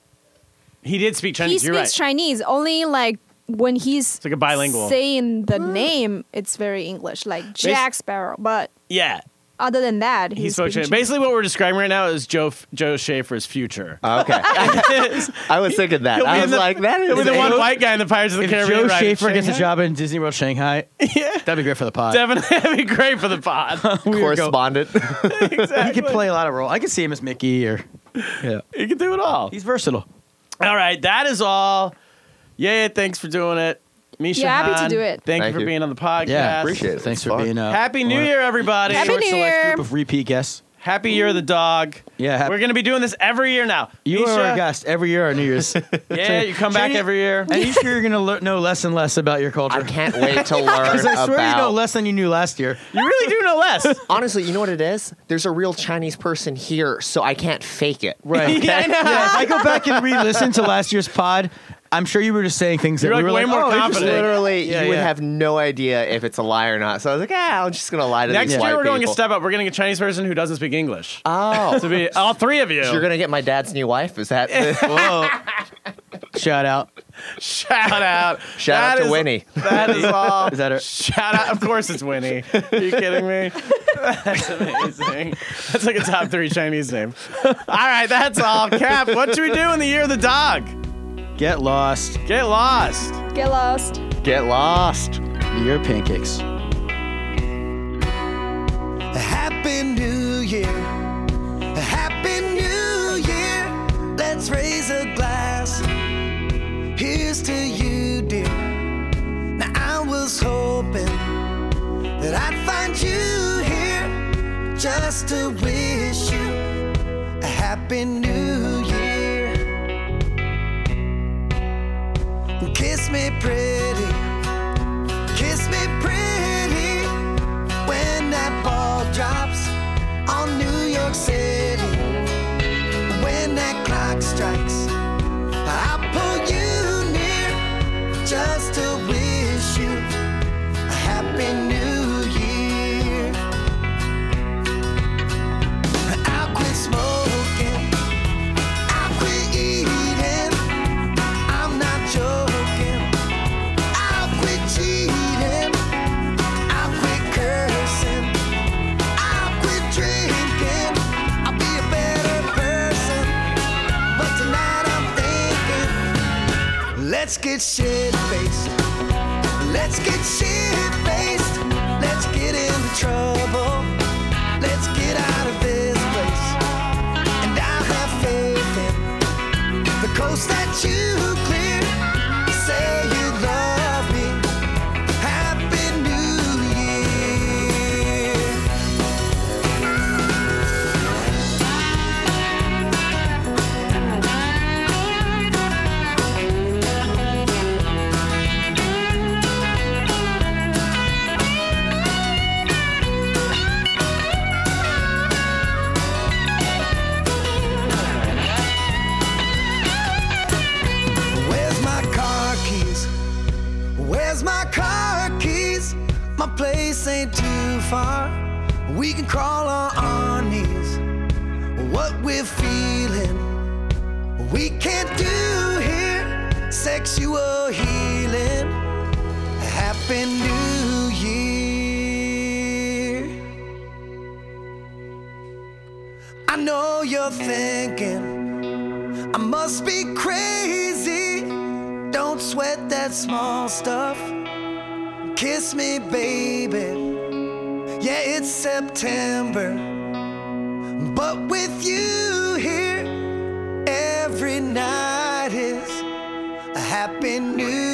S1: He did speak
S5: he
S1: Chinese.
S5: speaks
S1: You're right.
S5: Chinese only like when he's
S1: like a bilingual.
S5: saying the name. It's very English, like Jack Sparrow. But
S1: yeah,
S5: other than that,
S1: he
S5: he's
S1: spoke Chinese.
S5: speaking
S1: Basically, what we're describing right now is Joe Joe Schaefer's future. [laughs]
S6: Oh, okay, I was thinking that.
S1: He'll be
S6: I
S1: in
S6: was
S1: the-
S6: like, that is
S1: He'll be the
S6: a-
S1: one white guy in the Pirates of the
S7: If
S1: Caribbean.
S7: Joe
S1: ride in
S7: Schaefer gets a
S1: Shanghai.
S7: job in Disney World
S6: [laughs]
S7: Shanghai, yeah, that'd be great for the pod.
S1: definitely that'd be great for the pod.
S7: We would go-
S6: correspondent.
S7: [laughs] He could play a lot of role. I could see him as Mickey or yeah.
S1: You can do it all.
S7: He's versatile.
S1: All right, that is all. Yeah, thanks for doing it, Misha.
S5: Yeah, happy to
S1: Han,
S5: do it.
S1: Thank, you
S6: Thank
S1: for
S6: you.
S1: being on the podcast.
S7: Yeah,
S6: Appreciate it.
S7: Thanks
S6: It's
S7: for
S6: fun.
S7: being uh,
S1: Happy New
S7: one of-
S1: year, everybody.
S5: Happy
S7: short
S5: New
S7: select
S5: Year.
S7: Group of repeat guests.
S1: Happy Year of the Dog.
S7: Yeah, happy-
S1: We're gonna be doing this every year now.
S7: You
S1: Misha,
S7: are our guest every year on New Year's,
S1: [laughs] Yeah, you come back
S7: Jenny-
S1: every year.
S7: and each year you're gonna lear- know less and less about
S1: [laughs]
S7: your
S6: I
S7: [laughs] culture.
S6: can't wait to learn
S7: Because I swear
S6: about.
S7: you know less than you knew last year.
S1: You really do know less. [laughs]
S6: Honestly, you know what it is? There's a real Chinese person here, so I can't fake it.
S1: [laughs]
S7: Right?
S1: Yeah, I know.
S7: Yeah, if I go back and re-listen to last year's pod, I'm sure you were just saying things
S1: You're
S7: that
S1: like
S7: we were
S1: way
S7: like,
S1: more
S7: oh,
S1: confident.
S6: Just
S1: Happening.
S6: literally,
S7: Yeah,
S6: you would
S7: yeah.
S6: have no idea if it's a lie or not. So I was like, ah, I'm just gonna lie to
S1: Next
S6: these
S1: year
S6: white
S1: we're going a
S6: people.
S1: step up. We're getting a Chinese person who doesn't speak English. [laughs]
S6: Oh,
S1: to be all three of you.
S6: you're gonna get my dad's new wife? Is that? The,
S7: Shout out.
S1: [laughs] shout out.
S6: [laughs] shout out
S1: That
S6: to
S1: is-
S6: Winnie.
S1: That
S6: [laughs]
S1: is all.
S7: Is that her?
S1: Shout out! Of course, it's Winnie. Are you kidding
S6: [laughs]
S1: me? That's amazing. That's like a top three Chinese name. All right, that's all. Cap, what should we do in the year of the dog?
S7: Get lost.
S1: Get lost.
S5: Chinese. Get lost.
S6: Get lost.
S7: Your pancakes.
S8: Happy New Year. Happy New Year. Let's raise a glass. Here's to you, dear. Now I was hoping that I'd find you here just to wish you a happy new year. Kiss me pretty. Kiss me pretty when that ball drops on New York City. When that clock strikes, I'll pull you near just to wish you a happy new year. I'll quit smoking, I'll quit eating. I'm not joking. I'll
S7: Let's get shit faced. Let's get shit faced. Let's get into trouble. Let's get out of this place. And I have faith in the coast that you clear. Say you love me. Happy New Year. Where's my car keys? Where's my car keys? My place ain't too far. We can crawl on our knees. What we're feeling, we can't do here. Sexual healing. Happy New Year. I know you're thinking. I must be crazy. Don't sweat that small stuff. Kiss me, baby. Yeah, it's September. But with you here, every night is a happy new